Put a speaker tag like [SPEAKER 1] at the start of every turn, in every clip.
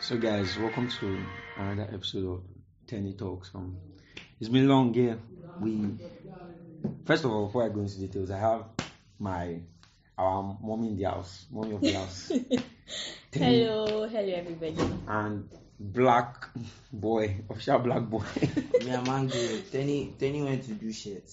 [SPEAKER 1] So, guys, welcome to another episode of Tenny Talks. Um, it's been long here. We first of all, before I go into details, I have my our mommy in the house, mommy of the house, Tenny,
[SPEAKER 2] Hello, hello everybody.
[SPEAKER 1] and black boy, official black boy.
[SPEAKER 3] Me and man girl, Tenny, Tenny went to do shit.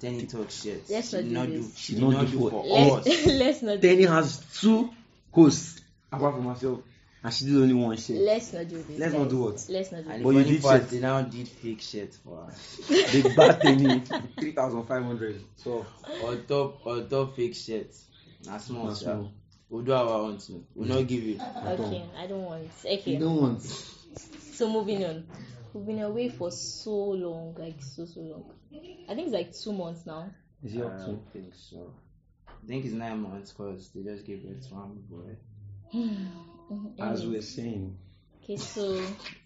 [SPEAKER 3] Tenny talk shit.
[SPEAKER 2] Let's not
[SPEAKER 3] she did
[SPEAKER 2] do
[SPEAKER 3] not
[SPEAKER 2] this.
[SPEAKER 3] do. She did not do for us.
[SPEAKER 2] Let's, let's not do,
[SPEAKER 1] Tenny has two hosts apart from myself, and she did only one shit.
[SPEAKER 2] let's not do this.
[SPEAKER 1] Let's not
[SPEAKER 2] guys.
[SPEAKER 1] do what?
[SPEAKER 2] Let's not do
[SPEAKER 3] And
[SPEAKER 2] this.
[SPEAKER 3] the
[SPEAKER 1] But you
[SPEAKER 3] funny
[SPEAKER 1] did
[SPEAKER 3] part,
[SPEAKER 1] shit.
[SPEAKER 3] they now did fake shit for us.
[SPEAKER 1] They bad Tenny, three thousand five hundred. So,
[SPEAKER 3] on top, on top fake shit. Na small,
[SPEAKER 1] that's
[SPEAKER 3] sha.
[SPEAKER 1] no.
[SPEAKER 3] We do our own too. We not give you.
[SPEAKER 2] Okay, I don't want. Okay,
[SPEAKER 1] No one's.
[SPEAKER 2] so moving on. We've been away for so long, like so so long. I think it's like two months now.
[SPEAKER 1] Is
[SPEAKER 3] Uh,
[SPEAKER 1] he
[SPEAKER 3] I
[SPEAKER 1] up to?
[SPEAKER 3] don't think so. I think it's nine months because they just gave birth to one boy.
[SPEAKER 2] Mhm.
[SPEAKER 1] As we're saying,
[SPEAKER 2] Okay, so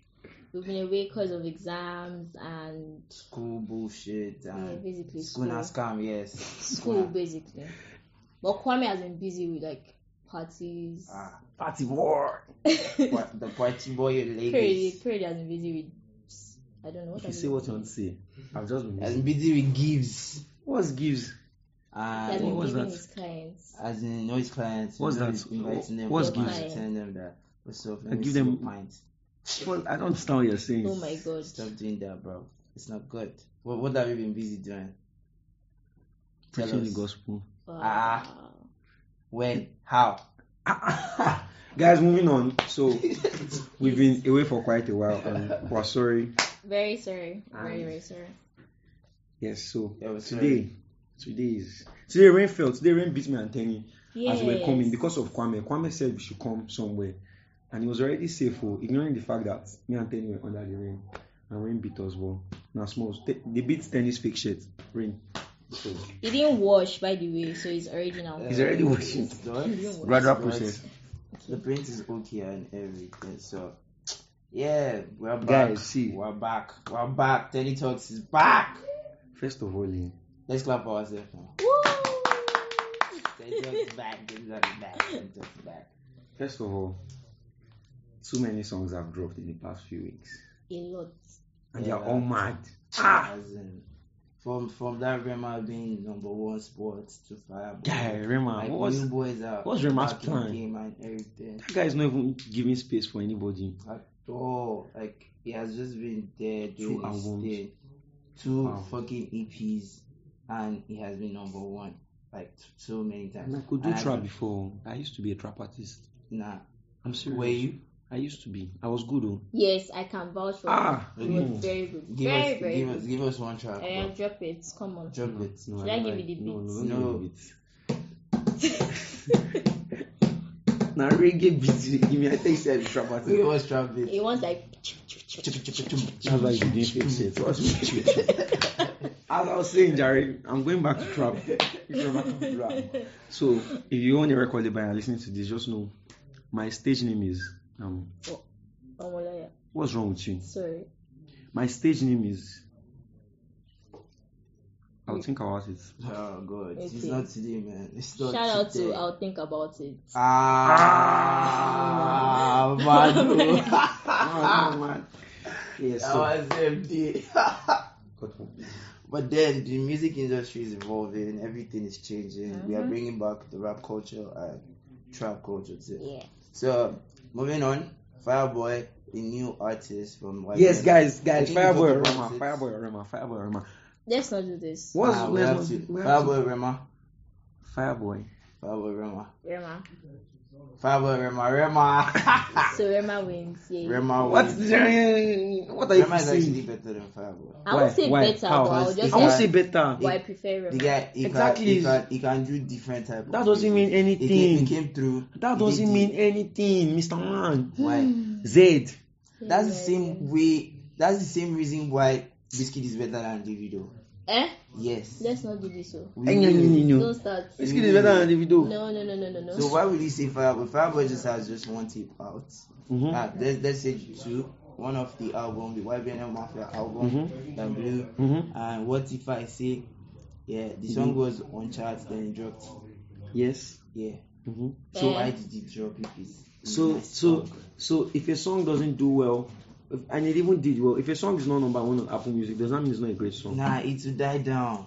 [SPEAKER 2] we've been away because of exams and
[SPEAKER 3] School bullshit
[SPEAKER 2] yeah,
[SPEAKER 3] and
[SPEAKER 2] basically
[SPEAKER 3] school na
[SPEAKER 2] school.
[SPEAKER 3] scam. Yes.
[SPEAKER 2] School basically. But Kwame has been busy with like parties.
[SPEAKER 3] Ah,
[SPEAKER 1] party war.
[SPEAKER 3] pa- the party boy in
[SPEAKER 2] Period.
[SPEAKER 3] Lagos.
[SPEAKER 2] Period has been busy with. I don't know what.
[SPEAKER 1] You
[SPEAKER 2] has
[SPEAKER 1] say
[SPEAKER 2] been
[SPEAKER 1] what you
[SPEAKER 2] busy
[SPEAKER 1] want to say. I've just been.
[SPEAKER 3] As busy with gives.
[SPEAKER 1] What's gives?
[SPEAKER 2] He has
[SPEAKER 3] And
[SPEAKER 2] been
[SPEAKER 1] What was
[SPEAKER 2] giving
[SPEAKER 1] that?
[SPEAKER 2] his clients.
[SPEAKER 3] As in, no, his clients.
[SPEAKER 1] What's
[SPEAKER 3] you know,
[SPEAKER 1] that?
[SPEAKER 3] he's Inviting them.
[SPEAKER 1] What's
[SPEAKER 3] for
[SPEAKER 2] gives?
[SPEAKER 3] pints, Telling them that. What's up?
[SPEAKER 1] I
[SPEAKER 3] Let me
[SPEAKER 1] give
[SPEAKER 3] see
[SPEAKER 1] them-
[SPEAKER 3] your pint.
[SPEAKER 1] Well, I don't understand what you're saying.
[SPEAKER 2] Oh my god.
[SPEAKER 3] Stop doing that, bro. It's not good. What, what have you been busy doing? Tell
[SPEAKER 1] Preaching the
[SPEAKER 3] us.
[SPEAKER 1] gospel.
[SPEAKER 2] Wow.
[SPEAKER 3] Ah. When? How?
[SPEAKER 1] Guys, moving on. So we've been away for quite a while. And we're sorry.
[SPEAKER 2] Very sorry. Very,
[SPEAKER 3] Ah.
[SPEAKER 1] And-
[SPEAKER 2] very sorry.
[SPEAKER 1] Yes. So
[SPEAKER 3] Yeah, we're sorry.
[SPEAKER 1] today, today is today rain fell. Today rain beat me and Tenny
[SPEAKER 2] Yes.
[SPEAKER 1] as we were coming because of Kwame. Kwame said we should come somewhere, and he was already safe for ignoring the fact that me and Tenny were under the rain, and rain beat us. Well, now small. Te- they beat Tenny's fake shirt. Rain. So
[SPEAKER 2] He didn't wash, by the way, so he's already now.
[SPEAKER 1] He's already washing.
[SPEAKER 3] Uh, It's done.
[SPEAKER 2] He's already
[SPEAKER 1] gradual
[SPEAKER 3] But
[SPEAKER 1] process.
[SPEAKER 3] The print is okay and everything. So, yeah, we're back.
[SPEAKER 1] Guys, see.
[SPEAKER 3] We're back. We're back. Teddy Talks is back.
[SPEAKER 1] First of all, eh,
[SPEAKER 3] Let's clap for ourselves now. Teddy Talks
[SPEAKER 2] Woo!
[SPEAKER 3] is back. Teddy Talks is back. Teddy Talks is back.
[SPEAKER 1] first of all, so many songs have dropped in the past few weeks.
[SPEAKER 2] A lot.
[SPEAKER 1] and
[SPEAKER 3] Yeah.
[SPEAKER 1] they're all mad. Ah,
[SPEAKER 3] As in, from from that Rema being number one sport to Fireball.
[SPEAKER 1] guy, Rema,
[SPEAKER 3] like
[SPEAKER 1] what was,
[SPEAKER 3] new boys are
[SPEAKER 1] what's Rema's
[SPEAKER 3] back in
[SPEAKER 1] plan?
[SPEAKER 3] Game and everything.
[SPEAKER 1] that guy is not even giving space for anybody.
[SPEAKER 3] At all, like he has just been there doing
[SPEAKER 1] Two
[SPEAKER 3] his
[SPEAKER 1] albums.
[SPEAKER 3] thing. Two
[SPEAKER 1] Wow.
[SPEAKER 3] fucking EPs, and he has been number one like t- so many times.
[SPEAKER 1] And I could do
[SPEAKER 3] And I-
[SPEAKER 1] trap before. I used to be a trap artist.
[SPEAKER 3] Nah,
[SPEAKER 1] I'm serious.
[SPEAKER 3] were you?
[SPEAKER 1] I used to be. I was good. Oh.
[SPEAKER 2] Yes, I can vouch for
[SPEAKER 1] Ah,
[SPEAKER 2] it. It was
[SPEAKER 1] no.
[SPEAKER 2] very good.
[SPEAKER 3] Give
[SPEAKER 2] very,
[SPEAKER 3] us,
[SPEAKER 2] very
[SPEAKER 3] give
[SPEAKER 2] good.
[SPEAKER 3] us, give us one track.
[SPEAKER 2] I am drop it. Come on.
[SPEAKER 3] Drop it.
[SPEAKER 1] No,
[SPEAKER 2] Should I give you the
[SPEAKER 1] No,
[SPEAKER 2] beats?
[SPEAKER 1] no, no,
[SPEAKER 3] No.
[SPEAKER 1] no. Now reggae beats. you Give me. I think you said trap
[SPEAKER 3] Give
[SPEAKER 1] artist.
[SPEAKER 3] us trap it.
[SPEAKER 2] He wants like
[SPEAKER 1] That's why you didn't fix it. What's with you? As I was saying, Jerry, I'm going back to trap. If you're back to trap. So, if you want to record it by listening to this, just know my stage name is um.
[SPEAKER 2] Omoloya.
[SPEAKER 1] What's wrong with you?
[SPEAKER 2] Sorry.
[SPEAKER 1] My stage name is. I'll think about it.
[SPEAKER 3] Oh god, it's
[SPEAKER 2] Okay.
[SPEAKER 3] not today, man. It's not
[SPEAKER 2] Shout out
[SPEAKER 3] today.
[SPEAKER 2] to I'll think about it.
[SPEAKER 1] Ah,
[SPEAKER 3] Ah, Manu.
[SPEAKER 1] Ah, No, no, man. Yes.
[SPEAKER 3] That
[SPEAKER 1] So,
[SPEAKER 3] was MD. but then the music industry is evolving, everything is changing. We are
[SPEAKER 2] Mhm.
[SPEAKER 3] bringing back the rap culture and trap culture too.
[SPEAKER 2] Yeah.
[SPEAKER 3] So, moving on, Fireboy, the new artist from YBN.
[SPEAKER 1] yes, guys,
[SPEAKER 3] I
[SPEAKER 1] guys.
[SPEAKER 3] think we talked
[SPEAKER 1] Fireboy
[SPEAKER 3] about
[SPEAKER 1] Rema,
[SPEAKER 3] it.
[SPEAKER 1] Fireboy Rema, Fireboy Rema.
[SPEAKER 2] Let's not do this.
[SPEAKER 1] What's
[SPEAKER 3] Ah, we have
[SPEAKER 1] next
[SPEAKER 3] to.
[SPEAKER 1] one? We have to-
[SPEAKER 3] Fireboy Rema.
[SPEAKER 1] Fireboy.
[SPEAKER 3] Fireboy Rema.
[SPEAKER 2] Rema.
[SPEAKER 3] Fireboy Rema. Rema.
[SPEAKER 2] So Rema wins. Yeah.
[SPEAKER 3] Rema.
[SPEAKER 1] What?
[SPEAKER 3] wins.
[SPEAKER 1] What are you
[SPEAKER 3] Rema is actually
[SPEAKER 1] saying?
[SPEAKER 3] better than Fireboy.
[SPEAKER 2] I
[SPEAKER 1] Why?
[SPEAKER 2] won't say
[SPEAKER 1] Why?
[SPEAKER 2] better,
[SPEAKER 1] How?
[SPEAKER 2] but I'll
[SPEAKER 3] Because
[SPEAKER 2] just
[SPEAKER 1] I won't
[SPEAKER 2] say
[SPEAKER 1] say better.
[SPEAKER 2] why I prefer Rema.
[SPEAKER 3] The guy, he
[SPEAKER 1] Exactly.
[SPEAKER 3] Can, he, can, he can do different type. of
[SPEAKER 1] That doesn't mean
[SPEAKER 3] music. He came, he
[SPEAKER 1] anything.
[SPEAKER 3] came through.
[SPEAKER 1] That
[SPEAKER 3] he
[SPEAKER 1] doesn't
[SPEAKER 3] did
[SPEAKER 1] mean
[SPEAKER 3] it.
[SPEAKER 1] anything, Mr. Man.
[SPEAKER 3] why.
[SPEAKER 1] Hmm. Z.
[SPEAKER 3] That's the same way. That's the same reason why Biscuit is better than Davido.
[SPEAKER 2] Eh?
[SPEAKER 3] Yes.
[SPEAKER 2] Let's not do this. Oh.
[SPEAKER 3] We
[SPEAKER 1] Eh, no, no,
[SPEAKER 3] will.
[SPEAKER 1] no,
[SPEAKER 2] Don't
[SPEAKER 1] no.
[SPEAKER 2] start.
[SPEAKER 1] This kid is better than Davido.
[SPEAKER 2] No, no, no, no, no, no.
[SPEAKER 3] So why would you say Fireboy? Fireboy just has just one tape out.
[SPEAKER 1] Mhm.
[SPEAKER 3] Ah, let's, let's say two. One of the album, the YBN Mafia album,
[SPEAKER 1] Mhm.
[SPEAKER 3] that blew.
[SPEAKER 1] Mhm.
[SPEAKER 3] And what if I say, yeah, the song
[SPEAKER 1] Mm-hmm.
[SPEAKER 3] was on charts, then it dropped.
[SPEAKER 1] Yes.
[SPEAKER 3] Yeah.
[SPEAKER 1] Mhm.
[SPEAKER 3] So
[SPEAKER 2] Eh.
[SPEAKER 3] why did it drop if it's
[SPEAKER 1] So so so if a song doesn't do well, if, and it even did well, if a song is not number one on Apple Music, does that mean it's not a great song?
[SPEAKER 3] Nah, it will die down.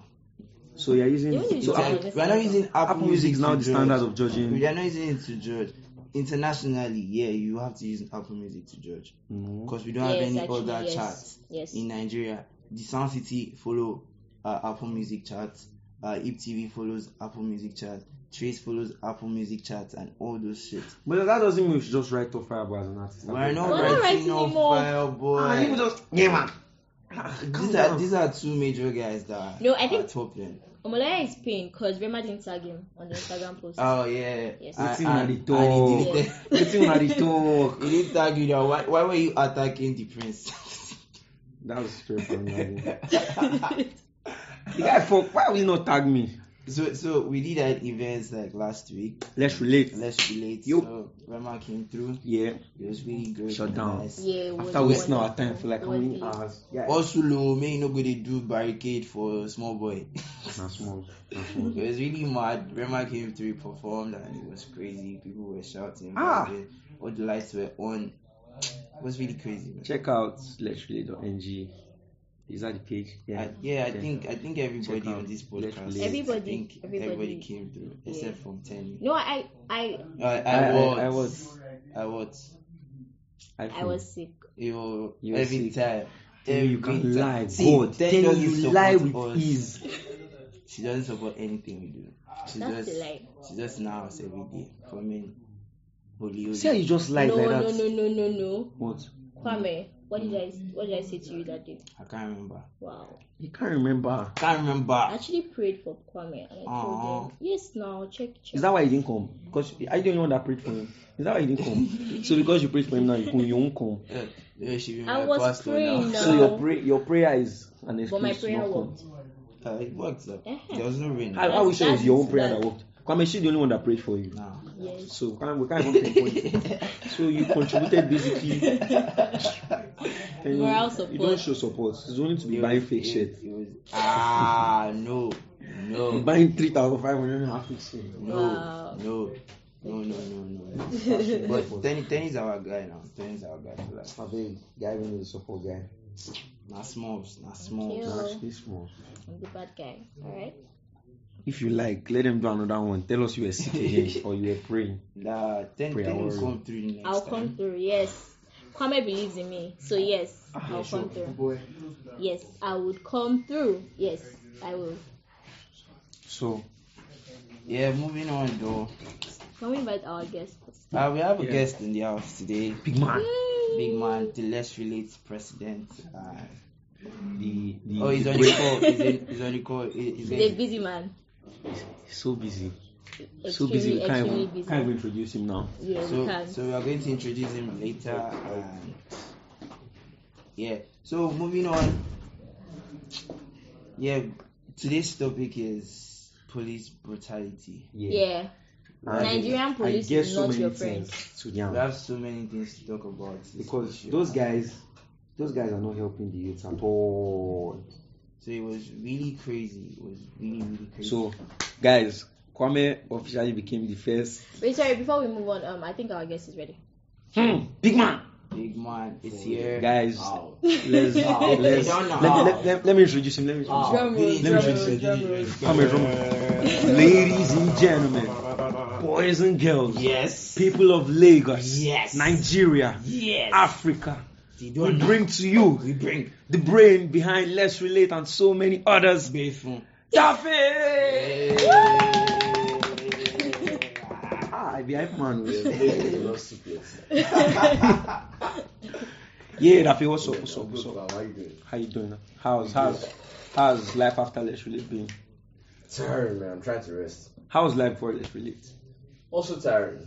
[SPEAKER 1] So you're using
[SPEAKER 2] Even if
[SPEAKER 1] so
[SPEAKER 2] it's
[SPEAKER 1] Apple,
[SPEAKER 2] not-
[SPEAKER 3] Like, we are not using Apple,
[SPEAKER 1] Apple Music is now
[SPEAKER 3] to
[SPEAKER 1] the
[SPEAKER 3] judge.
[SPEAKER 1] standard of judging.
[SPEAKER 3] We are not using it to judge. Internationally, yeah, you have to use Apple Music to judge
[SPEAKER 1] No.
[SPEAKER 3] because we don't have
[SPEAKER 2] Yes,
[SPEAKER 3] any
[SPEAKER 2] actually,
[SPEAKER 3] other
[SPEAKER 2] yes.
[SPEAKER 3] charts
[SPEAKER 2] Yes.
[SPEAKER 3] in Nigeria. The Sound City follow uh, Apple Music charts. Uh, IPTV follows Apple Music charts. Trace follows Apple Music charts and all those shit.
[SPEAKER 1] But that doesn't mean we should just write off Fireball as an artist.
[SPEAKER 3] We're not
[SPEAKER 2] We're not
[SPEAKER 3] writing
[SPEAKER 2] writing
[SPEAKER 3] no
[SPEAKER 2] anymore.
[SPEAKER 1] Ah,
[SPEAKER 3] fireboy.
[SPEAKER 1] people just yeah man.
[SPEAKER 3] these are these are two major guys that are-
[SPEAKER 2] No, I think-
[SPEAKER 3] are top them.
[SPEAKER 2] Omolaya is paying because Rema didn't tag him on the Instagram post.
[SPEAKER 3] Oh yeah.
[SPEAKER 2] Yes.
[SPEAKER 3] And-
[SPEAKER 1] Waiting on
[SPEAKER 3] and-
[SPEAKER 1] the
[SPEAKER 3] and
[SPEAKER 1] talk.
[SPEAKER 3] he did-
[SPEAKER 1] Waiting on the talk.
[SPEAKER 3] He didn't tag you now. Why, why were you attacking the prince?
[SPEAKER 1] That was straight from The
[SPEAKER 3] so
[SPEAKER 1] guy fuck. Why will you not tag me?
[SPEAKER 3] so we did at events like last week.
[SPEAKER 1] Let's relate.
[SPEAKER 3] Let's relate.
[SPEAKER 1] Yo.
[SPEAKER 3] So Rama came through.
[SPEAKER 1] Yeah.
[SPEAKER 3] It was really great.
[SPEAKER 1] Shut
[SPEAKER 3] and
[SPEAKER 1] down.
[SPEAKER 3] nice.
[SPEAKER 2] yeah, it was
[SPEAKER 1] After wasting our
[SPEAKER 2] wonderful.
[SPEAKER 1] time for like
[SPEAKER 2] It
[SPEAKER 1] how
[SPEAKER 2] was
[SPEAKER 1] many
[SPEAKER 2] the-
[SPEAKER 1] hours? Yeah.
[SPEAKER 3] Also, low, may you not go to do barricade for small boy.
[SPEAKER 1] Nah, small. Nah,
[SPEAKER 3] it
[SPEAKER 1] small.
[SPEAKER 3] was really mad. Rema came through, performed, and it was crazy. People were shouting.
[SPEAKER 1] Ah.
[SPEAKER 3] barricade. All the lights were on. It was really crazy. Man.
[SPEAKER 1] Check out let's relate.ng. Is that the page?
[SPEAKER 3] I, yeah, I
[SPEAKER 1] Okay.
[SPEAKER 3] think I think everybody
[SPEAKER 1] out
[SPEAKER 3] on this
[SPEAKER 1] Let's
[SPEAKER 3] podcast.
[SPEAKER 1] Relate.
[SPEAKER 2] Everybody,
[SPEAKER 3] I think
[SPEAKER 2] everybody.
[SPEAKER 3] came through except from Tenny.
[SPEAKER 2] No, I, I,
[SPEAKER 3] I, I,
[SPEAKER 1] I-
[SPEAKER 3] was,
[SPEAKER 1] I- I
[SPEAKER 3] I
[SPEAKER 1] was.
[SPEAKER 3] was, I was.
[SPEAKER 2] I was sick.
[SPEAKER 3] You,
[SPEAKER 1] You were
[SPEAKER 3] every
[SPEAKER 1] sick.
[SPEAKER 3] time.
[SPEAKER 1] Tell
[SPEAKER 3] Every
[SPEAKER 1] you can
[SPEAKER 3] time.
[SPEAKER 1] lie.
[SPEAKER 3] See,
[SPEAKER 1] God,
[SPEAKER 3] Tenny
[SPEAKER 1] tell
[SPEAKER 3] doesn't
[SPEAKER 1] you
[SPEAKER 3] support
[SPEAKER 1] lie with
[SPEAKER 3] us.
[SPEAKER 1] ease.
[SPEAKER 3] She doesn't support anything we do. She
[SPEAKER 2] That's
[SPEAKER 3] just,
[SPEAKER 2] the lie.
[SPEAKER 3] she just knows every day. Coming, holy, holy.
[SPEAKER 1] See how you just lied
[SPEAKER 2] no,
[SPEAKER 1] like
[SPEAKER 2] no,
[SPEAKER 1] that.
[SPEAKER 2] no, no, no, no.
[SPEAKER 1] What?
[SPEAKER 2] Kwame, what did I, what did I say to you that day?
[SPEAKER 3] I can't remember.
[SPEAKER 2] Wow.
[SPEAKER 1] You can't remember.
[SPEAKER 2] I
[SPEAKER 3] Can't remember. Eh,
[SPEAKER 2] actually prayed for Kwame and I
[SPEAKER 3] Aw.
[SPEAKER 2] told him, yes, now check, check.
[SPEAKER 1] Is that why you didn't come? Because are you the only one that prayed for him? Is that why you didn't come? so because you prayed for him now, you come, you won't come.
[SPEAKER 3] Yeah, yeah, eh, she
[SPEAKER 2] I
[SPEAKER 3] be my
[SPEAKER 2] was
[SPEAKER 3] pastor
[SPEAKER 2] praying
[SPEAKER 3] now.
[SPEAKER 1] So your
[SPEAKER 2] No.
[SPEAKER 1] pray your prayer is an excuse.
[SPEAKER 2] but my
[SPEAKER 1] to not
[SPEAKER 2] prayer
[SPEAKER 1] come.
[SPEAKER 2] worked.
[SPEAKER 3] Uh, it worked. though.
[SPEAKER 2] Uh-huh.
[SPEAKER 3] There was no rain.
[SPEAKER 1] I, I
[SPEAKER 2] That's-
[SPEAKER 1] wish it was
[SPEAKER 2] that's-
[SPEAKER 1] your own prayer that
[SPEAKER 2] that's-
[SPEAKER 1] worked. Kwame, she's the only one that prayed for you.
[SPEAKER 3] Nah.
[SPEAKER 2] Yes.
[SPEAKER 1] So Kwame, we can't even pinpoint. it. so you contributed basically. And you-
[SPEAKER 2] Moral
[SPEAKER 1] You
[SPEAKER 2] support.
[SPEAKER 1] don't show support. It's only to be
[SPEAKER 3] It
[SPEAKER 1] buying
[SPEAKER 3] was-
[SPEAKER 1] fake
[SPEAKER 3] it-
[SPEAKER 1] shit.
[SPEAKER 3] it was- ah, no, no,
[SPEAKER 1] I'm buying 3,500 and a half fake shit.
[SPEAKER 3] no,
[SPEAKER 2] Wow.
[SPEAKER 3] no, no, no, no, no. but Tenny, Tenny's our guy now. Tenny's our guy for life.
[SPEAKER 1] I beg, guy, we need a support guy.
[SPEAKER 3] Not smalls, not smalls.
[SPEAKER 2] Yeah.
[SPEAKER 1] They're actually small.
[SPEAKER 2] I'm the bad guy. Alright?
[SPEAKER 1] If you like, let them do another one. Tell us you were sick again or you were praying.
[SPEAKER 3] Nah, Ten,
[SPEAKER 1] Prayer
[SPEAKER 3] Ten will
[SPEAKER 1] warrior.
[SPEAKER 3] come through the next
[SPEAKER 2] I'll
[SPEAKER 3] time.
[SPEAKER 2] come through, yes. Kwame believes in me. So yes,
[SPEAKER 1] Ah,
[SPEAKER 2] I'll come through. Yes, I would come through. Yes, I will.
[SPEAKER 1] So,
[SPEAKER 3] Yeah, moving on though.
[SPEAKER 2] Can we invite our guest?
[SPEAKER 3] Uh, we have a
[SPEAKER 1] Yeah.
[SPEAKER 3] guest in the house today.
[SPEAKER 1] Ah, big man.
[SPEAKER 3] Big man, the Let's Relate president. Uh,
[SPEAKER 1] The, the,
[SPEAKER 3] oh, he's
[SPEAKER 1] the
[SPEAKER 3] on the
[SPEAKER 1] break-
[SPEAKER 3] call. He's, in, he's on the call. He- He's
[SPEAKER 2] He's a
[SPEAKER 3] in.
[SPEAKER 2] busy man.
[SPEAKER 1] so busy.
[SPEAKER 2] Extremely,
[SPEAKER 1] so busy. We can't,
[SPEAKER 2] extremely
[SPEAKER 1] even,
[SPEAKER 2] busy.
[SPEAKER 1] can't even introduce him now.
[SPEAKER 2] Yeah, we
[SPEAKER 3] So,
[SPEAKER 2] can.
[SPEAKER 3] so we are going to introduce him later. And yeah. So moving on. Yeah, today's topic is police brutality.
[SPEAKER 2] yeah.
[SPEAKER 1] And
[SPEAKER 2] Nigerian police
[SPEAKER 1] guess
[SPEAKER 2] is not your friend.
[SPEAKER 1] things to them.
[SPEAKER 3] We have so many things to talk about. It's
[SPEAKER 1] because
[SPEAKER 3] issue.
[SPEAKER 1] those guys, those guys are not helping the youths at all.
[SPEAKER 3] So it was really crazy. It was really really crazy.
[SPEAKER 1] So, guys, Kwame officially became the first
[SPEAKER 2] Wait, sorry, before we move on, um, I think our guest is ready.
[SPEAKER 1] hmm, big man.
[SPEAKER 3] big man, it's here.
[SPEAKER 1] Guys,
[SPEAKER 3] Ow.
[SPEAKER 1] let's,
[SPEAKER 3] Wow.
[SPEAKER 1] let's
[SPEAKER 3] Don't know
[SPEAKER 1] let,
[SPEAKER 3] how.
[SPEAKER 1] let, let, let me introduce him. Let me introduce
[SPEAKER 3] Ow.
[SPEAKER 1] him.
[SPEAKER 2] Drum roll,
[SPEAKER 3] Really,
[SPEAKER 1] drum
[SPEAKER 3] really
[SPEAKER 1] roll,
[SPEAKER 3] really
[SPEAKER 2] drum
[SPEAKER 3] really
[SPEAKER 1] roll. Come
[SPEAKER 3] really really
[SPEAKER 1] Ladies and gentlemen, boys and girls,
[SPEAKER 3] Oh. Yes.
[SPEAKER 1] people of Lagos,
[SPEAKER 3] Yes.
[SPEAKER 1] Nigeria,
[SPEAKER 3] Yes.
[SPEAKER 1] Africa,
[SPEAKER 3] They
[SPEAKER 1] we
[SPEAKER 3] don't know.
[SPEAKER 1] bring to you
[SPEAKER 3] We bring.
[SPEAKER 1] the brain behind Let's Relate and so many others.
[SPEAKER 3] Bayfun.
[SPEAKER 1] Taffy!
[SPEAKER 3] Hey.
[SPEAKER 1] Ah, I be hype man.
[SPEAKER 4] no secrets.
[SPEAKER 1] yeah, Rafi, what's up? What's up?
[SPEAKER 4] I'm
[SPEAKER 1] What's
[SPEAKER 4] good,
[SPEAKER 1] up?
[SPEAKER 4] man. How
[SPEAKER 1] How you
[SPEAKER 4] you doing?
[SPEAKER 1] doing? How's how's how's life after Let's Relate been?
[SPEAKER 4] Tiring, man. I'm trying to rest.
[SPEAKER 1] How's life before Let's Relate?
[SPEAKER 4] Also tiring.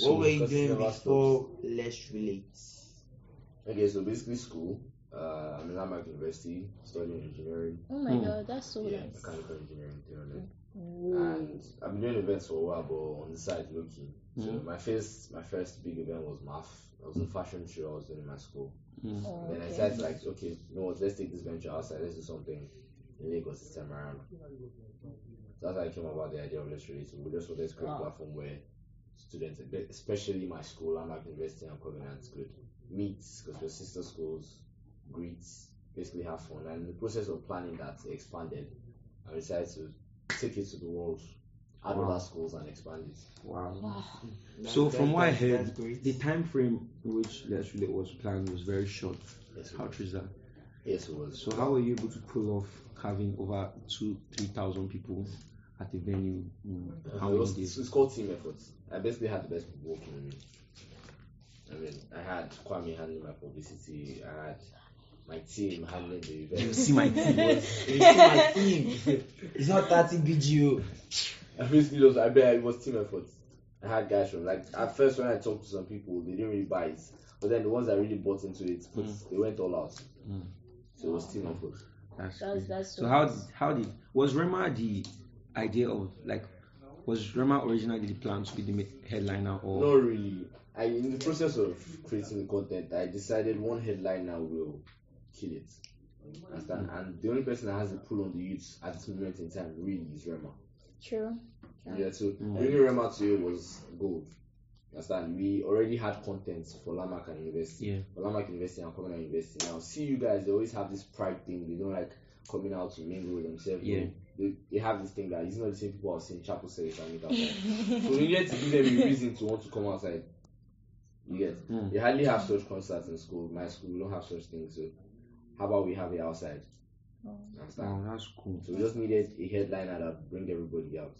[SPEAKER 3] What were you
[SPEAKER 4] because
[SPEAKER 3] doing
[SPEAKER 4] it's never
[SPEAKER 3] before Let's Relate?
[SPEAKER 4] Okay, so basically school. Uh, I'm in Lamarck University studying engineering,
[SPEAKER 2] Oh my
[SPEAKER 1] Hmm.
[SPEAKER 2] god, that's so
[SPEAKER 4] yeah,
[SPEAKER 2] nice.
[SPEAKER 4] mechanical engineering, you know,
[SPEAKER 2] Whoa.
[SPEAKER 4] and I've been doing events for a while, but on the side looking. So
[SPEAKER 2] Mm-hmm.
[SPEAKER 1] Mhm.
[SPEAKER 4] my first, my first big event was math. It was a fashion show I was doing in my school.
[SPEAKER 2] Oh,
[SPEAKER 4] Then I
[SPEAKER 2] okay.
[SPEAKER 4] decided like, okay, you know what? Let's take this venture outside. Let's do something in Lagos this time around. That's how I came about the idea of let's release. We just wanted to create a
[SPEAKER 2] Wow.
[SPEAKER 4] platform where students, but especially my school, Lamarck University and Covenant, could meet because we're sister schools, greet, basically have fun. And in the process of planning that, they expanded and we decided to take it to the world, add
[SPEAKER 1] Wow.
[SPEAKER 4] other schools and expand it.
[SPEAKER 1] Wow.
[SPEAKER 2] Wow.
[SPEAKER 1] So
[SPEAKER 3] That-
[SPEAKER 1] from
[SPEAKER 3] that-
[SPEAKER 1] what I
[SPEAKER 3] that-
[SPEAKER 1] heard,
[SPEAKER 3] that's great.
[SPEAKER 1] the time frame in which the actually was planned was very short.
[SPEAKER 4] Yes, it
[SPEAKER 1] How
[SPEAKER 4] was.
[SPEAKER 1] true is that?
[SPEAKER 4] Yes, it was.
[SPEAKER 1] So how were you able to pull off having over two, three thousand people at the venue? in
[SPEAKER 4] Uh,
[SPEAKER 1] how
[SPEAKER 4] it
[SPEAKER 1] many
[SPEAKER 4] was,
[SPEAKER 1] days?
[SPEAKER 4] it's called team efforts. I basically had the best people working with me. I mean, I had Kwame handling my publicity. I had my team handling the
[SPEAKER 1] You
[SPEAKER 4] events.
[SPEAKER 1] see my team.
[SPEAKER 3] my team. It's not 30 BGU.
[SPEAKER 4] I basically was. I bet it was team efforts. I had guys from like at first when I talked to some people, they didn't really buy it. But then the ones that really bought into it, put, they went all out.
[SPEAKER 1] Mm.
[SPEAKER 4] So it was team effort.
[SPEAKER 1] That's
[SPEAKER 2] That was-
[SPEAKER 1] crazy.
[SPEAKER 2] that's
[SPEAKER 1] so
[SPEAKER 2] so
[SPEAKER 1] how did,
[SPEAKER 2] nice.
[SPEAKER 1] how did was Rema the idea of like was Rema originally the plan to be the ma- headliner or
[SPEAKER 4] Not really. I in the process of creating the content, I decided one headliner will kill it. Understand? And the only person that has the pull on the youth at this moment in time really is Rema.
[SPEAKER 2] True.
[SPEAKER 4] Yeah,
[SPEAKER 2] Yeah.
[SPEAKER 4] so bringing Rema to you was gold. Understand? We already had content for Lamarck and University.
[SPEAKER 1] Yeah.
[SPEAKER 4] For Lamarck University and Covenant University. Now, see you guys, they always have this pride thing. They don't like coming out to mingle themselves.
[SPEAKER 1] Yeah.
[SPEAKER 4] They, they have this thing that it's not the same people I was seeing chapel service and make outside. so we needed to give them a reason to want to come outside. You get?
[SPEAKER 1] Mm.
[SPEAKER 4] They hardly have such concerts in school. My school, we don't have such things. So how about we have it outside? Understand?
[SPEAKER 1] Wow, Oh, that's cool.
[SPEAKER 4] So we just needed a headliner that bring everybody out.